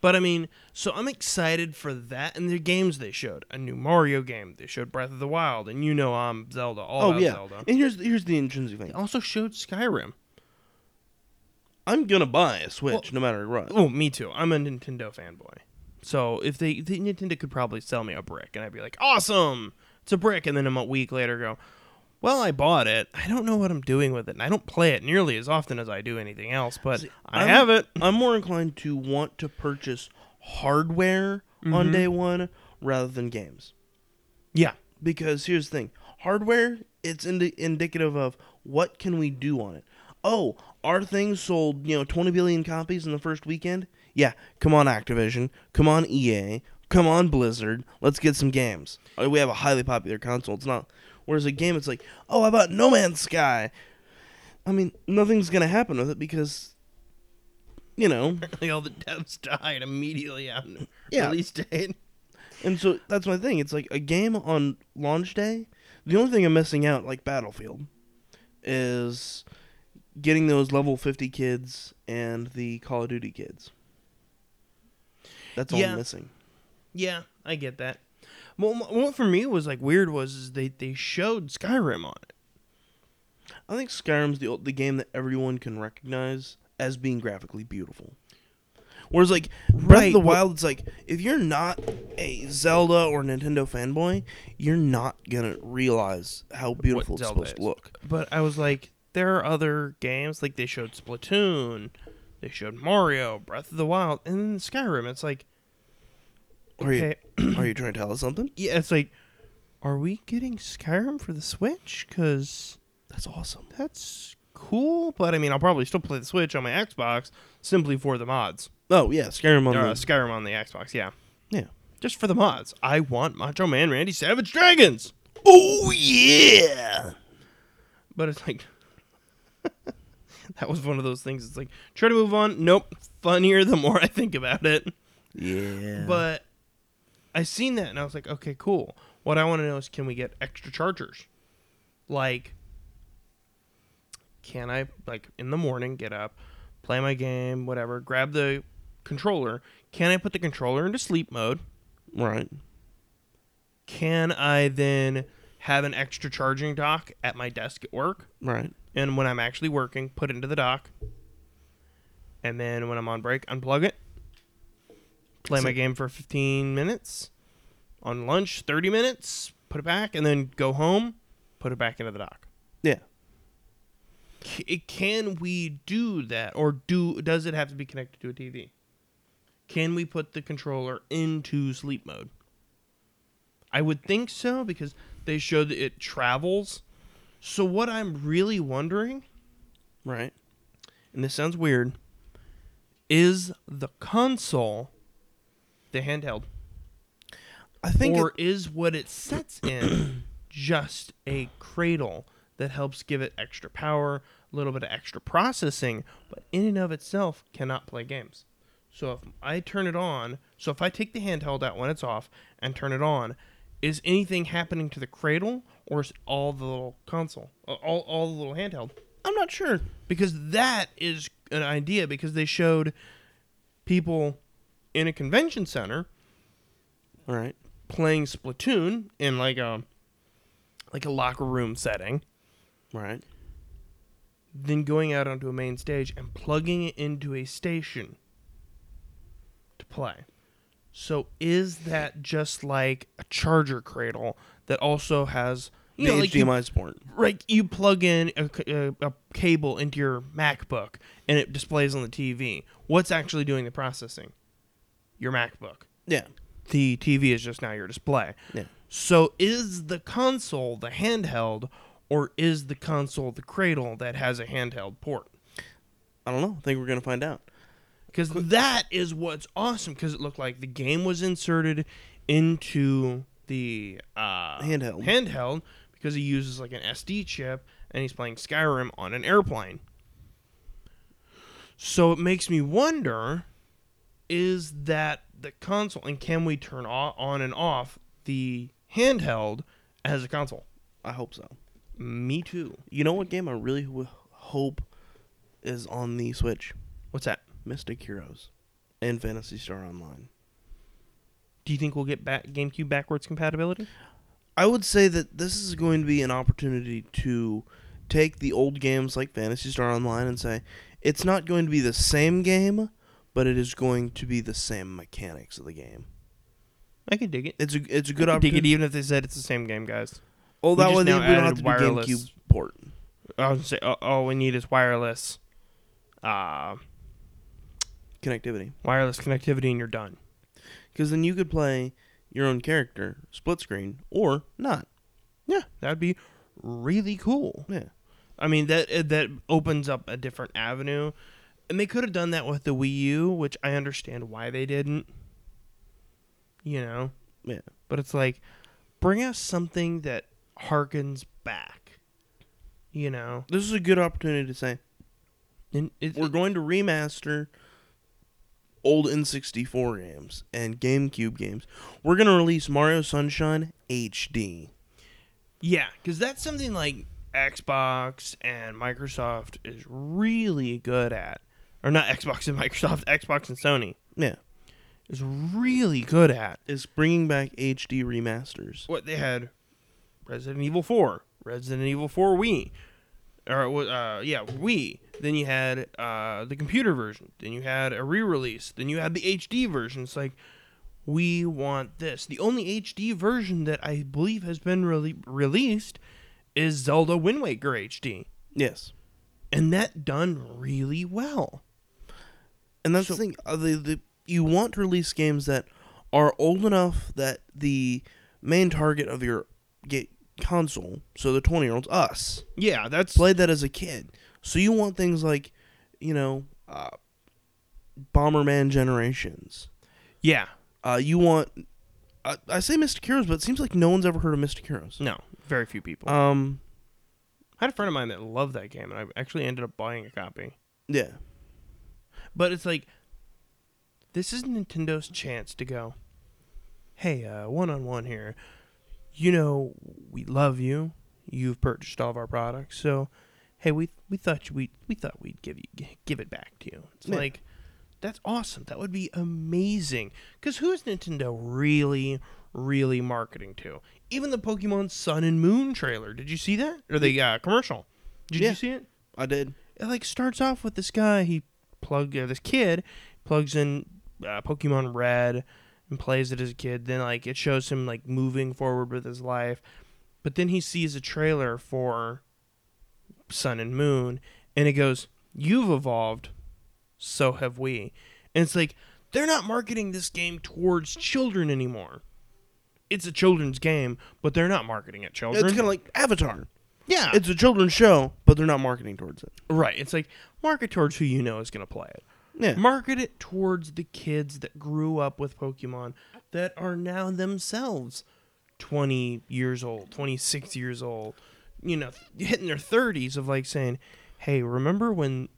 A: But I mean, so I'm excited for that and the games they showed. A new Mario game. They showed Breath of the Wild, and you know I'm Zelda. All
B: oh
A: about
B: yeah.
A: Zelda.
B: And here's here's the intrinsic
A: They
B: thing.
A: also showed Skyrim.
B: I'm gonna buy a Switch
A: Well-
B: no matter what.
A: Oh, me too. I'm a Nintendo fanboy. So if they, the Nintendo could probably sell me a brick, and I'd be like, awesome, it's a brick, and then I'm a week later go, well, I bought it. I don't know what I'm doing with it, and I don't play it nearly as often as I do anything else, but
B: See,
A: I
B: I'm-
A: have it.
B: I'm more inclined to want to purchase hardware on
A: Mm-hmm.
B: day one rather than games.
A: Yeah,
B: Because here's the thing hardware, it's indi- indicative of what can we do on it. Oh, our thing sold, you know, 20 billion copies in the first weekend. Yeah, come on, Activision. Come on, EA. Come on, Blizzard. Let's get some games. Uh, We have a highly popular console. It's not. Whereas a game, it's like, oh, I bought No Man's Sky. I mean, nothing's going to happen with it because, you know,
A: all the devs died immediately after
B: Yeah.
A: release date.
B: And so that's my thing. It's like a game on launch day. The only thing I'm missing out, like Battlefield, is getting those level 50 kids and the Call of Duty kids. That's all
A: Yeah.
B: I'm missing.
A: Yeah, I get that. Well, m- what for me was like weird was is they they showed Skyrim on it.
B: I think Skyrim's the the game that everyone can recognize as being graphically beautiful. Whereas like Breath of
A: Right,
B: the
A: but-
B: Wild, it's like if you're not a Zelda or Nintendo fanboy, you're not gonna realize how beautiful it's
A: Zelda
B: supposed to
A: is.
B: look.
A: But I was like, there are other games like they showed Splatoon, they showed Mario, Breath of the Wild, and then Skyrim. It's like,
B: Are you
A: okay,
B: Are you trying to tell us something?
A: yeah, it's like, are we getting Skyrim for the Switch? Because
B: That's awesome.
A: that's cool. But I mean, I'll probably still play the Switch on my Xbox simply for the mods.
B: Oh yeah, Skyrim on
A: Or, uh,
B: the
A: Skyrim on the Xbox, yeah,
B: yeah.
A: just for the mods. I want Macho Man Randy Savage Dragons,
B: Oh yeah.
A: but it's like. That was one of those things. It's like try to move on. Nope. Funnier the more I think about it.
B: Yeah.
A: But I seen that and I was like, okay, cool. What I want to know is can we get extra chargers? Like, can I, like, in the morning, get up, play my game, whatever, grab the controller? Can I put the controller into sleep mode?
B: right.
A: Can I then have an extra charging dock at my desk at work?
B: Right.
A: And when I'm actually working, put it into the dock. And then when I'm on break, unplug it. Play my
B: So-
A: game for 15 minutes. On lunch, 30 minutes, put it back, and then go home, put it back into the dock.
B: Yeah.
A: c- it- can we do that or do does it have to be connected to a TV? Can we put the controller into sleep mode? I would think so because they showed that it travels. So what I'm really wondering,
B: Right.
A: and this sounds weird, is the console the handheld
B: I think
A: or
B: it-
A: is what it sets in just a cradle that helps give it extra power, a little bit of extra processing, but in and of itself cannot play games. So if I turn it on, so if I take the handheld out when it's off and turn it on, is anything happening to the cradle or is it all the little console, uh, all all the little handheld?
B: I'm not sure.
A: Because that is an idea because they showed people in a convention center
B: All right.
A: playing Splatoon in like a like a locker room setting,
B: Right.
A: then going out onto a main stage and plugging it into a station to play. So is that just like a charger cradle that also has you know
B: the
A: like you,
B: HDMI support.
A: right you plug in a, c- a- a cable into your MacBook and it displays on the TV. What's actually doing the processing? Your MacBook.
B: Yeah.
A: The TV is just now your display.
B: Yeah.
A: So is the console the handheld, or is the console the cradle that has a handheld port?
B: I don't know. I think we're gonna find out.
A: Because that is what's awesome. Because it looked like the game was inserted into the uh,
B: Handheld.
A: Handheld because he uses like an SD chip and he's playing Skyrim on an airplane. So it makes me wonder: Is that the console, and can we turn o- on and off the handheld as a console?
B: I hope so.
A: Me too.
B: You know what game I really w- hope is on the Switch?
A: What's that?
B: Mystic Heroes and Fantasy Star Online.
A: Do you think we'll get back GameCube backwards compatibility?
B: I would say that this is going to be an opportunity to take the old games like Fantasy Star Online and say it's not going to be the same game, but it is going to be the same mechanics of the game.
A: I could dig it.
B: It's a it's a good
A: I could dig it,
B: opportunity.
A: even if they said it's the same game, guys.
B: Oh,
A: We
B: that
A: just
B: way
A: now
B: then we
A: added
B: don't have to be
A: wireless.
B: GameCube port.
A: I was gonna say, oh, all we need is wireless, uh,
B: connectivity
A: wireless connectivity, and you're done.
B: because then you could play your own character split screen or not.
A: Yeah, that'd be really cool.
B: Yeah,
A: I mean, that uh, that opens up a different avenue, and they could have done that with the Wii U, which I understand why they didn't. You know,
B: yeah,
A: but it's like, bring us something that harkens back. You know,
B: this is a good opportunity to say
A: and it,
B: we're going to remaster old N64 games and GameCube games. We're gonna release Mario Sunshine HD.
A: Yeah, because that's something like Xbox and Microsoft is really good at, or not Xbox and Microsoft, Xbox and Sony
B: Yeah,
A: is really good at.
B: it's bringing back HD remasters.
A: What they had, Resident Evil Four, Resident Evil Four Wii, or it was, uh, yeah Wii. Then you had uh, the computer version. Then you had a re-release. Then you had the HD version. It's like we want this. The only HD version that I believe has been really released is Zelda Wind Waker HD.
B: Yes,
A: and that done really well.
B: and that's the thing. uh, The, the you want to release games that are old enough that the main target of your get console, so the twenty year olds, us,
A: Yeah, that's
B: played that as a kid. So you want things like, you know, uh, Bomberman Generations.
A: yeah.
B: Uh, you want, I I say Mystic Heroes, but it seems like no one's ever heard of Mystic Heroes.
A: No, very few people.
B: Um,
A: I had a friend of mine that loved that game, and I actually ended up buying a copy.
B: yeah,
A: But it's like, this is Nintendo's chance to go, hey, uh, one on one here. You know, we love you. You've purchased all of our products, so hey, we we thought we we thought we'd give you g- give it back to you. It's
B: Yeah.
A: like that's awesome. That would be amazing. Cause who is Nintendo really really marketing to? Even the Pokemon Sun and Moon trailer. Did you see that or the uh, commercial? Did
B: Yeah.
A: you see it?
B: I did.
A: it like starts off with this guy he plug uh, this kid plugs in uh, Pokemon Red and plays it as a kid. Then like it shows him like moving forward with his life, but then he sees a trailer for sun and moon, and it goes, "You've evolved, so have we," and it's like they're not marketing this game towards children anymore. It's a children's game, but they're not marketing it children. Ah.
B: It's kind of like Avatar.
A: yeah,
B: It's a children's show, but they're not marketing towards it.
A: right. It's like market towards who you know is going to play it.
B: Yeah.
A: Market it towards the kids that grew up with Pokemon that are now themselves 20 years old, 26 years old, you know, hitting their 30s of like saying, hey, remember when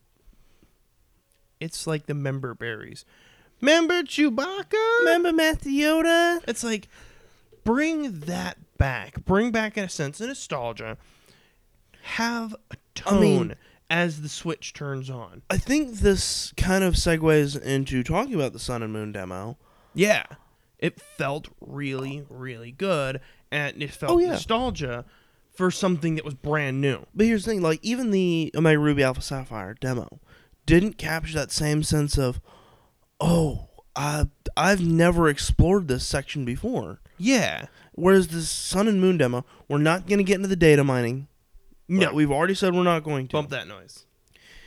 A: it's like the member berries? Remember Chewbacca?
B: Remember Master Yoda?
A: It's like bring that back. Bring back a sense of nostalgia. Have a tone
B: I mean-
A: as the switch turns on.
B: I think this kind of segues into talking about the Sun and Moon demo.
A: Yeah. It felt really, really good. And it felt
B: Oh, yeah.
A: nostalgia for something that was brand new.
B: But here's the thing: like even the Omega Ruby Alpha Sapphire demo didn't capture that same sense of, oh, I I've never explored this section before.
A: Yeah.
B: Whereas the Sun and Moon demo, we're not going to get into the data mining.
A: No.
B: Like, we've already said we're not going to.
A: Bump that noise.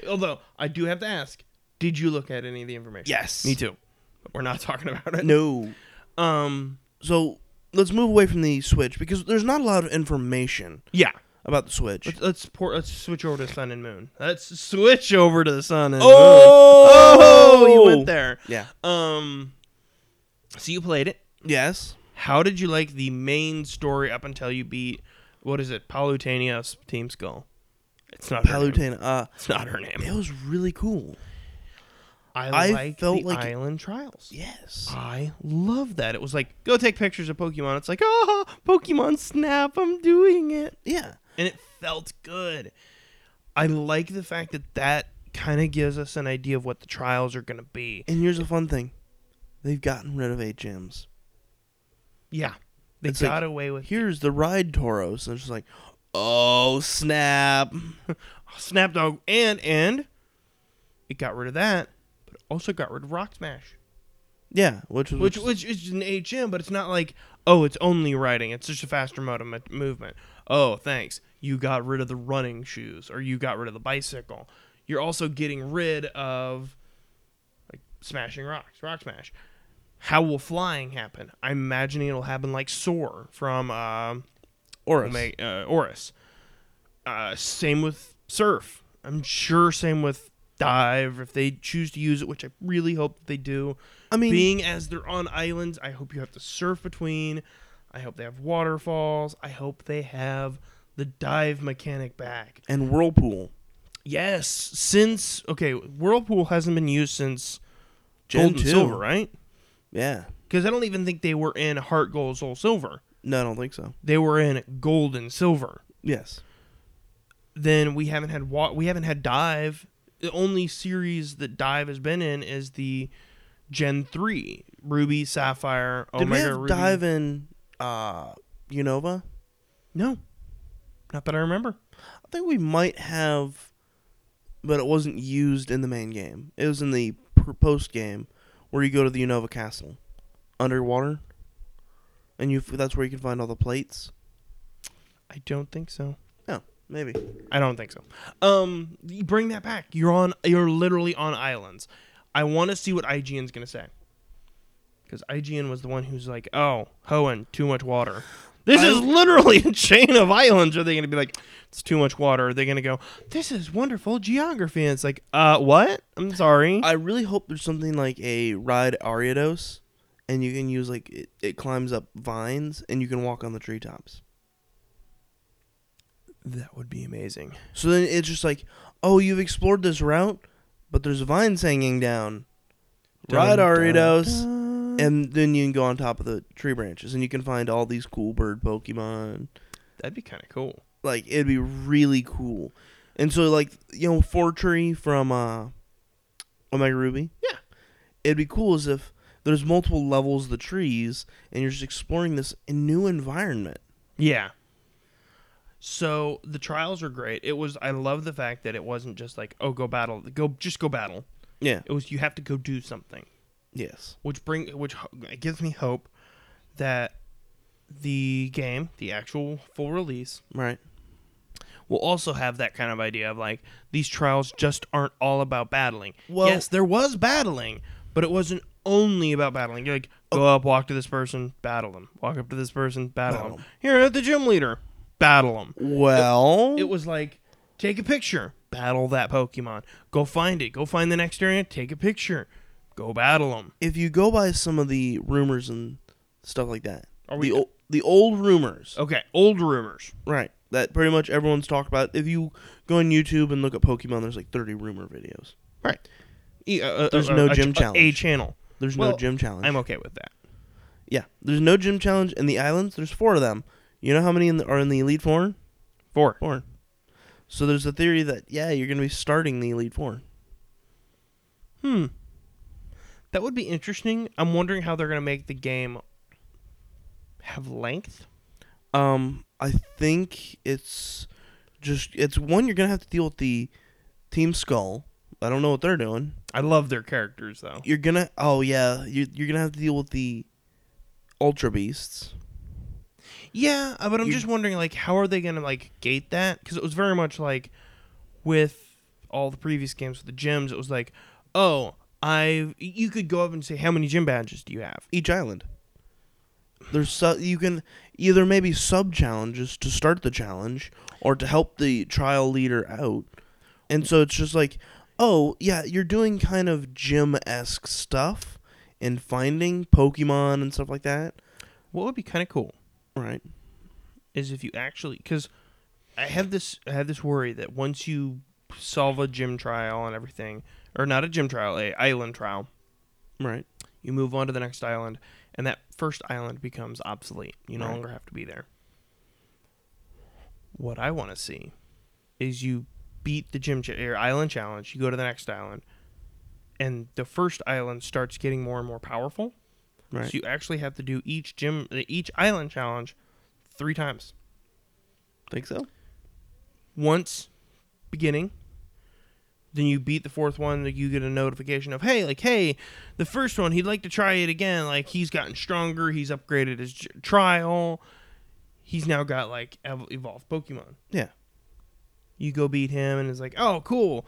A: Although, I do have to ask did you look at any of the information?
B: Yes.
A: Me too. But we're not talking about it.
B: No.
A: Um,
B: So let's move away from the Switch because there's not a lot of information
A: yeah.
B: about the Switch.
A: Let's let's, pour, let's switch over to sun and moon. Let's switch over to the sun and moon.
B: Oh!
A: you went there.
B: Yeah.
A: Um, so you played it.
B: Yes.
A: How did you like the main story up until you beat what is it, Palutenia's Team Skull? It's not her name.
B: Palutena. Uh,
A: It's not her name.
B: it was really cool.
A: I,
B: I
A: like
B: felt
A: the
B: like-
A: Island Trials.
B: Yes.
A: I love that. It was like go take pictures of Pokemon. It's like oh, Pokemon Snap. I'm doing it.
B: Yeah.
A: and it felt good. I like the fact that that kind of gives us an idea of what the trials are going to be.
B: And here's a fun thing. They've gotten rid of eight gems.
A: Yeah, they
B: It's like-
A: got away with
B: Here's the ride Tauros. And it's just like, oh, snap.
A: Snapdog, and and it got rid of that, but it also got rid of Rock Smash,
B: yeah. Which was.
A: which which is an HM, but it's not like oh, it's only riding. It's just a faster mode of mo- movement. Oh, thanks. You got rid of the running shoes, or you got rid of the bicycle. You're also getting rid of like smashing rocks, rock smash. How will flying happen? I'm imagining it'll happen like soar from um,
B: Oris.
A: Ome- uh, Oris. Uh, same with surf. I'm sure same with dive if they choose to use it, which I really hope they do.
B: I mean-
A: being as they're on islands, I hope you have to surf between. I hope they have waterfalls. I hope they have the dive mechanic back.
B: and Whirlpool.
A: Yes, since okay, whirlpool hasn't been used since
B: Gen
A: gold and
B: 2.
A: silver, right?
B: Yeah.
A: Because I don't even think they were in heart, gold, soul, silver.
B: No, I don't think so.
A: They were in gold and silver.
B: Yes.
A: then we haven't had wa- we haven't had dive. The only series that dive has been in is the Gen three Ruby Sapphire
B: Did
A: Omega
B: we have
A: Ruby.
B: dive in uh, Unova?
A: No, not that I remember.
B: I think we might have, but it wasn't used in the main game. It was in the pr- post game where you go to the Unova Castle underwater, and you that's where you can find all the plates.
A: I don't think so.
B: No, maybe.
A: I don't think so. Um, you bring that back. You're on. You're literally on islands. I want to see what IGN's gonna say. Because IGN was the one who's like, "Oh, Hoenn, too much water." This is
B: I-
A: literally a chain of islands. Are they gonna be like, "It's too much water"? Are they gonna go, "This is wonderful geography"? And it's like, "Uh, what? I'm sorry."
B: I really hope there's something like a ride Ariados, and you can use like it, it climbs up vines and you can walk on the treetops.
A: that would be amazing.
B: So then it's just like, oh, you've explored this route, but there's vines hanging down. Ride Ariados.
A: Mm-hmm.
B: And then you can go on top of the tree branches and you can find all these cool bird Pokemon.
A: That'd be kind of cool.
B: Like it'd be really cool. And so like you know, Fortree from uh Omega Ruby.
A: Yeah.
B: It'd be cool as if there's multiple levels of the trees and you're just exploring this new environment.
A: Yeah. So the trials are great. It was I love the fact that it wasn't just like, oh go battle. Go just go battle.
B: Yeah.
A: It was you have to go do something,
B: Yes.
A: which bring which ho- it gives me hope that the game, the actual full release
B: Right.
A: will also have that kind of idea of like these trials just aren't all about battling.
B: Well-
A: yes, there was battling, but it wasn't only about battling. You're like go up, walk to this person, battle them. Walk up to this person, battle, them. Here at the gym leader, battle them.
B: Well,
A: It was like take a picture, battle that Pokemon. Go find it. Go find the next area, take a picture, go battle them.
B: if you go by some of the rumors and stuff like that,
A: Are we-
B: the ol- the old rumors,
A: Okay, old rumors.
B: right? That pretty much everyone's talked about. If you go on YouTube and look at Pokemon, there's like 30 rumor videos.
A: Right. uh,
B: There's no gym challenge.
A: A channel.
B: There's
A: Well,
B: no gym challenge.
A: I'm okay with that.
B: yeah, there's no gym challenge in the islands. There's four of them. You know how many in the, are in the Elite Four?
A: Four.
B: Four. So there's a theory that yeah, you're gonna be starting the Elite Four.
A: Hmm. That would be interesting. I'm wondering how they're going to make the game have length.
B: Um, I think it's just it's one you're gonna have to deal with the Team Skull. I don't know what they're doing.
A: I love their characters though.
B: You're gonna oh yeah, you're, you're gonna have to deal with the Ultra Beasts.
A: Yeah, uh, but I'm
B: You-
A: just wondering like how are they going to like gate that? Cuz it was very much like with all the previous games with the gyms, it was like, "Oh, I you could go up and say how many gym badges do you have?"
B: Each island. There's su- you can either maybe sub challenges to start the challenge or to help the trial leader out, and so it's just like, oh yeah, you're doing kind of gym esque stuff and finding Pokemon and stuff like that,
A: What would be kind of cool
B: right?
A: is if you actually because I have this I have this worry that once you solve a gym trial and everything, or not a gym trial, a island trial,
B: Right.
A: you move on to the next island, and that first island becomes obsolete. You no
B: Right.
A: longer have to be there. What I want to see is you beat the gym cha- or island challenge. You go to the next island, and the first island starts getting more and more powerful.
B: Right.
A: So you actually have to do each gym, each island challenge, three times.
B: think so?
A: once beginning then you beat the fourth one like you get a notification of hey like hey the first one he'd like to try it again like he's gotten stronger he's upgraded his j- trial he's now got like ev- evolved pokemon
B: Yeah.
A: you go beat him and it's like oh cool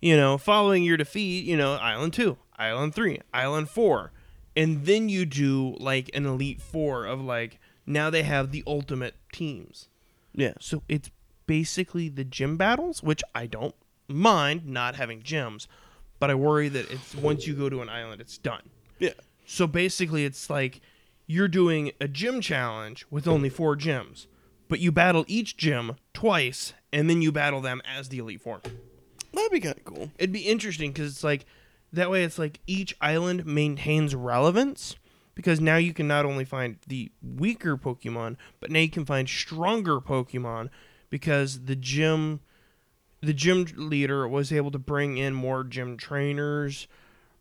A: you know following your defeat you know island 2 island 3 island 4 and then you do like an elite 4 of like now they have the ultimate teams
B: Yeah.
A: so it's basically the gym battles, which I don't mind not having gyms, but I worry that it's once you go to an island, it's done.
B: Yeah.
A: So basically, it's like you're doing a gym challenge with only four gyms, but you battle each gym twice, and then you battle them as the elite four.
B: That'd be kind of cool.
A: It'd be interesting because it's like that way. It's like each island maintains relevance. Because now you can not only find the weaker Pokemon, but now you can find stronger Pokemon because the gym the gym leader was able to bring in more gym trainers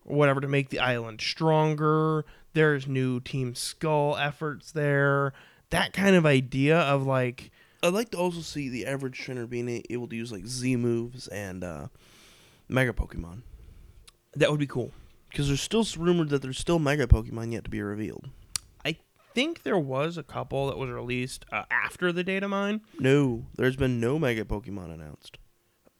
A: or whatever to make the island stronger. There's new Team Skull efforts there. That kind of idea of like
B: I'd like to also see the average trainer being a- able to use like Z moves and uh, Mega Pokemon,
A: that would be cool.
B: because there's still s- rumored that there's still Mega Pokemon yet to be revealed.
A: I think there was a couple that was released uh, after the data mine.
B: No, there's been no Mega Pokemon announced.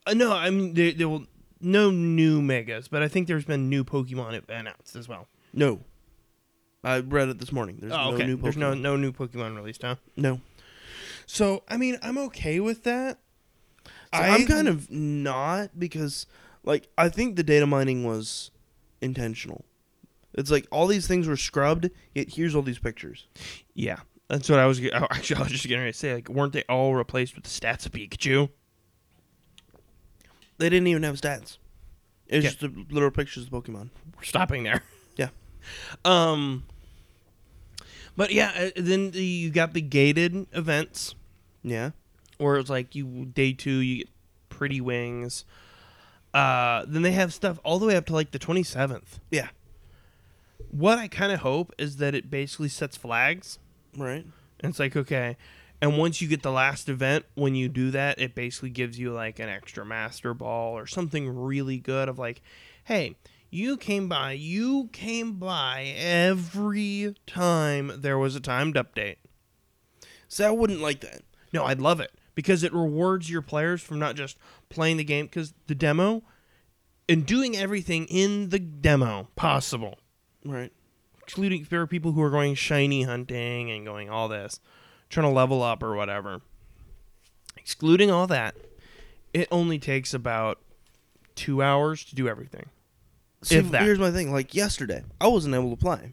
A: Uh, no, I mean there, there will no new megas, but I think there's been new Pokemon announced as well.
B: No, I read it this morning. There's
A: oh,
B: no
A: okay.
B: new Pokemon.
A: there's no no new Pokemon released, huh?
B: no.
A: So I mean, I'm okay with that.
B: So
A: I-
B: I'm kind of not because, like, I think the data mining was intentional. It's like all these things were scrubbed, yet here's all these pictures.
A: Yeah, that's what I was. I- Actually, I was just gonna say, like, weren't they all replaced with the stats of Pikachu?
B: They didn't even have stats. It's
A: Yeah.
B: just the literal pictures of Pokemon.
A: We're stopping there.
B: Yeah.
A: Um. But yeah, uh, then the- you got the gated events,
B: Yeah.
A: where it's like you day two you get pretty wings. Uh, then they have stuff all the way up to like the twenty seventh.
B: Yeah.
A: What I kind of hope is that it basically sets flags
B: Right.
A: And it's like, okay. And once you get the last event, when you do that, it basically gives you like an extra master ball or something really good of like, hey, you came by, you came by every time there was a timed update.
B: So I wouldn't like that.
A: No, I'd love it because it rewards your players from not just playing the game because the demo and doing everything in the demo possible
B: Right.
A: excluding there are people who are going shiny hunting and going all this, trying to level up or whatever. Excluding all that, it only takes about two hours to do everything.
B: See,
A: If that.
B: here's my thing. Like yesterday, I wasn't able to play.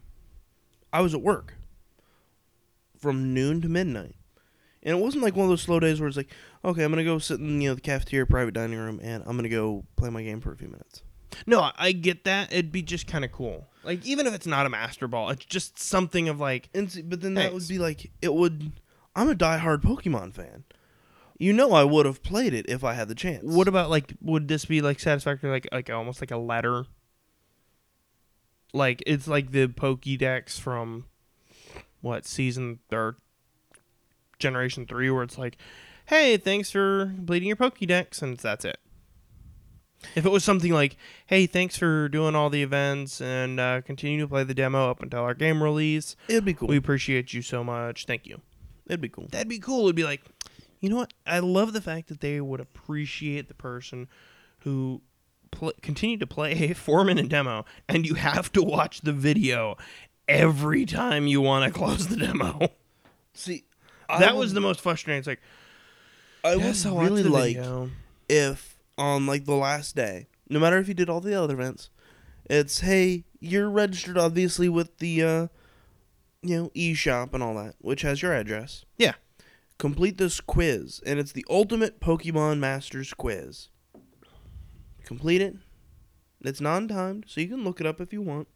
B: I was at work from noon to midnight, and it wasn't like one of those slow days where it's like, okay, I'm gonna go sit in you know the cafeteria, private dining room, and I'm gonna go play my game for a few minutes.
A: No, I, I get that. It'd be just kind of cool. Like even if it's not a master ball, it's just something of like
B: And see, but then that
A: Thanks.
B: would be like, it would. I'm a diehard Pokemon fan. You know, I would have played it if I had the chance.
A: what about like would this be like satisfactory like like almost like a letter? Like it's like the Pokédex from what season or generation three where it's like, hey, thanks for completing your Pokédex and that's it. If it was something like, hey, thanks for doing all the events and uh, continue to play the demo up until our game release.
B: It'd be cool.
A: We appreciate you so much. Thank you
B: It'd be cool.
A: that'd be cool. It'd be like, you know what? I love the fact that they would appreciate the person who pl- continued to play a four minute demo, and you have to watch the video every time you want to close the demo.
B: See,
A: that was the most frustrating. It's like,
B: I
A: yes, I
B: would
A: watched
B: really
A: the
B: like
A: video.
B: if on like the last day, no matter if you did all the other events, it's hey, you're registered obviously with the uh you know, eShop and all that, which has your address.
A: Yeah.
B: Complete this quiz, and it's the ultimate Pokemon Masters quiz. Complete it. It's non-timed, so you can look it up if you want.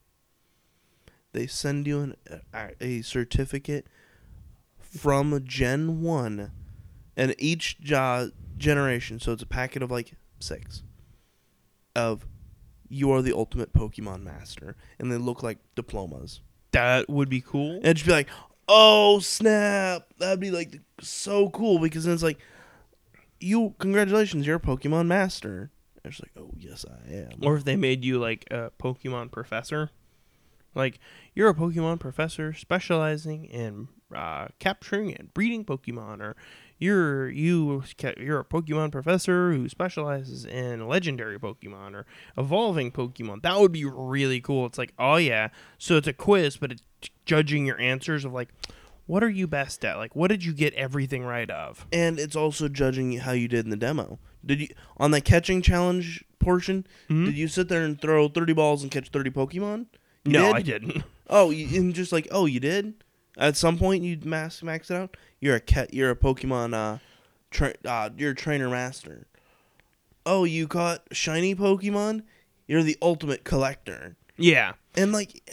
B: They send you an a, a certificate from Gen 1 and each jo- generation, so it's a packet of like six, of you are the ultimate Pokemon master, and they look like diplomas.
A: That would be cool.
B: And it'd just be like, oh snap, that'd be like so cool because then it's like, you congratulations, you're a Pokemon master. And it's like, oh yes, I am.
A: Or if they made you like a Pokemon professor. Like, you're a Pokemon professor specializing in uh, capturing and breeding Pokemon, or you're you ca- you're a Pokemon professor who specializes in legendary Pokemon or evolving Pokemon. That would be really cool. It's like, oh yeah, so it's a quiz, but it's judging your answers of like, what are you best at? Like, what did you get everything right of?
B: and it's also judging how you did in the demo. Did you on that catching challenge portion?
A: Mhm.
B: Did you sit there and throw thirty balls and catch thirty Pokemon? You
A: no,
B: did?
A: I didn't.
B: Oh, you, and just like oh, you did. At some point, you max max it out. You're a cat. You're a Pokemon. Uh, tra- uh, you're a trainer master. Oh, you caught shiny Pokemon. You're the ultimate collector.
A: Yeah.
B: And like,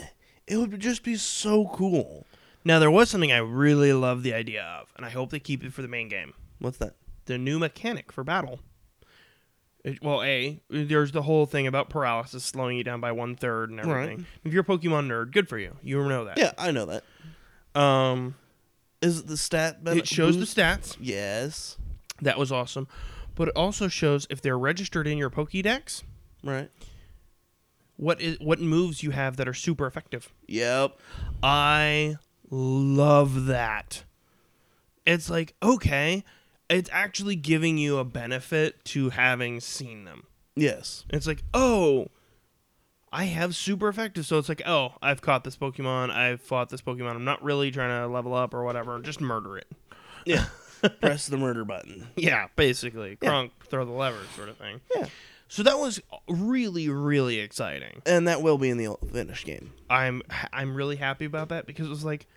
B: it would just be so cool.
A: Now there was something I really love the idea of, and I hope they keep it for the main game.
B: What's that?
A: the new mechanic for battle. It- well, a there's the whole thing about paralysis slowing you down by one third and
B: Right.
A: everything. If you're a Pokemon nerd, good for you. You know that.
B: Yeah, I know that.
A: Um,
B: Is it the stat? ben-
A: it shows
B: boost?
A: the stats.
B: Yes.
A: That was awesome, but it also shows if they're registered in your Pokédex,
B: Right.
A: what is what moves you have that are super effective.
B: Yep.
A: I love that. It's like okay, it's actually giving you a benefit to having seen them.
B: Yes.
A: And it's like, oh, I have super effective. So it's like, oh, I've caught this Pokemon. I've fought this Pokemon. I'm not really trying to level up or whatever. Just murder it.
B: Yeah. Press the murder button.
A: Yeah, basically.
B: Yeah.
A: Crunk, throw the lever sort of thing.
B: Yeah.
A: So that was really, really exciting.
B: And that will be in the finished game.
A: I'm I'm really happy about that because it was like,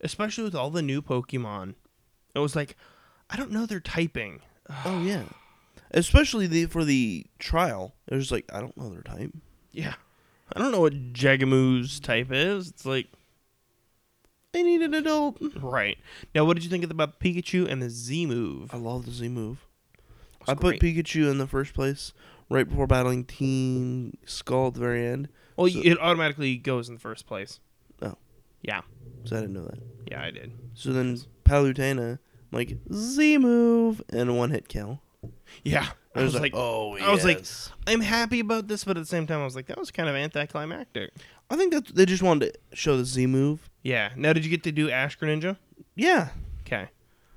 A: especially with all the new Pokemon, it was like, I don't know their typing.
B: Oh yeah. Especially the for the trial. It was like I don't know their type.
A: Yeah. I don't know what Jagamoo's type is. It's like
B: I need an adult.
A: right. Now what did you think about Pikachu and the Z move?
B: I love the Z move.
A: It's
B: I put
A: great.
B: Pikachu in the first place right before battling Team Skull at the very end.
A: Well,
B: So-
A: it automatically goes in the first place.
B: Oh.
A: Yeah.
B: So I didn't know that.
A: Yeah, I did.
B: So then Palutena, I'm like Z move and one hit kill.
A: Yeah. I was like,
B: oh,
A: I was like-
B: yes.
A: I'm happy about this, but at the same time, I was like, that was kind of anticlimactic.
B: I think that they just wanted to show the Z move.
A: Yeah. Now, did you get to do Ash Greninja?
B: Yeah,
A: Okay. I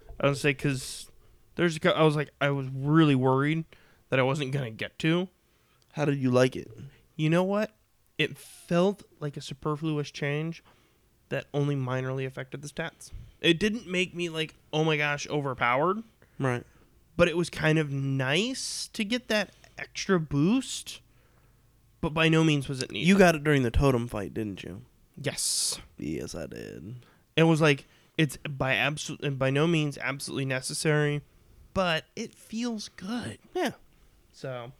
A: was going to say, because There's a cou- I was like I was really worried that I wasn't gonna get to.
B: How did you like it?
A: You know what? It felt like a superfluous change that only minorly affected the stats. It didn't make me like, oh my gosh, overpowered,
B: Right.
A: but it was kind of nice to get that extra boost. But by no means was it needed.
B: You got it during the totem fight, didn't you?
A: yes,
B: Yes, I did.
A: it was like it's by absolute by no means absolutely necessary, but it feels good.
B: Yeah.
A: So,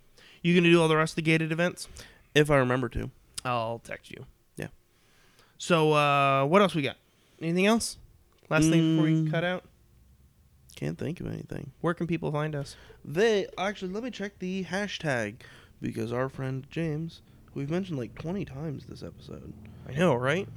A: you gonna do all the rest of the gated events?
B: If I remember to.
A: I'll text you.
B: Yeah.
A: So uh what else we got? Anything else? Last thing before we
B: Mm.
A: cut out?
B: Can't think of anything.
A: Where can people find us?
B: They actually let me check the hashtag because our friend James, who we've mentioned like twenty times this episode.
A: I know, right?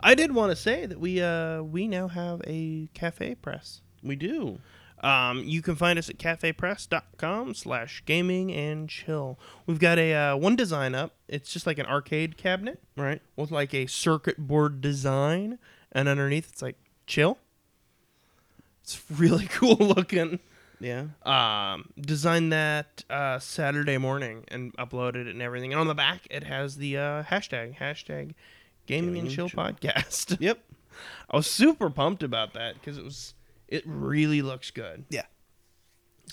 A: I did want to say that we uh we now have a cafe press.
B: We do.
A: Um, you can find us at cafepress.com slash gaming and chill. We've got a uh, one design up. It's just like an arcade cabinet
B: Right.
A: with like a circuit board design, and underneath it's like chill. It's really cool looking.
B: Yeah.
A: um, designed that uh, Saturday morning and uploaded it and everything. And on the back, it has the uh, hashtag hashtag Gaming and Chill Podcast.
B: Yep.
A: I was super pumped about that because it was it really looks good.
B: Yeah.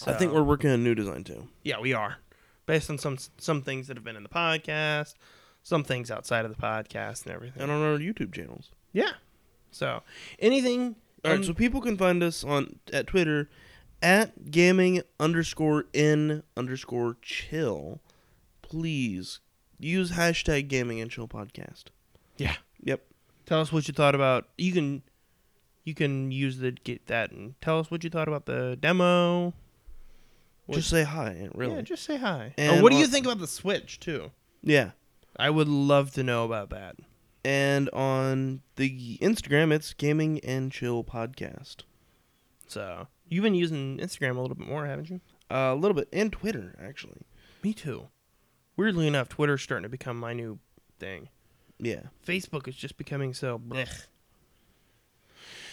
B: I
A: So-
B: think we're working on a new design too.
A: yeah we are based on some some things that have been in the podcast, some things outside of the podcast and everything.
B: And on our YouTube channels.
A: yeah. So anything.
B: All right,
A: um,
B: so people can find us on at Twitter at gaming underscore in underscore chill. Please use hashtag gaming and chill podcast.
A: yeah.
B: Yep.
A: Tell us what you thought about. You can, you can use the get that and tell us what you thought about the demo. What-
B: Just say hi, really.
A: Yeah,
B: Yeah.
A: just say hi.
B: And
A: or what do you
B: on-
A: think about the Switch too? I would love to know about that.
B: And on the Instagram, it's gaming and chill podcast.
A: So you've been using Instagram a little bit more, haven't you?
B: Uh, a little bit. And Twitter, actually.
A: Me too. Weirdly enough, Twitter's starting to become my new thing.
B: Yeah.
A: Facebook is just becoming so. Blech.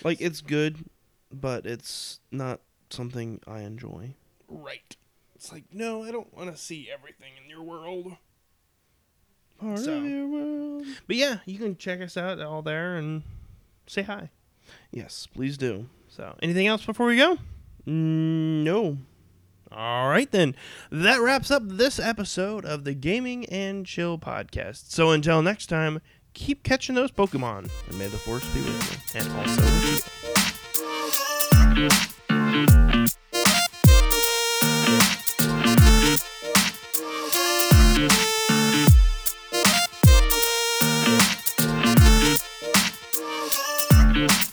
B: Like, it's good, but it's not something I enjoy.
A: Right. It's like no, I don't want to see everything in your world.
B: Part
A: So-
B: of your world.
A: But yeah, you can check us out all there and say hi.
B: Yes, please do.
A: So anything else before we go?
B: Mm, no.
A: All right, then. That wraps up this episode of the Gaming and Chill podcast. So until next time, keep catching those Pokemon.
B: And may the force be with you.
A: And also.
C: Thank you.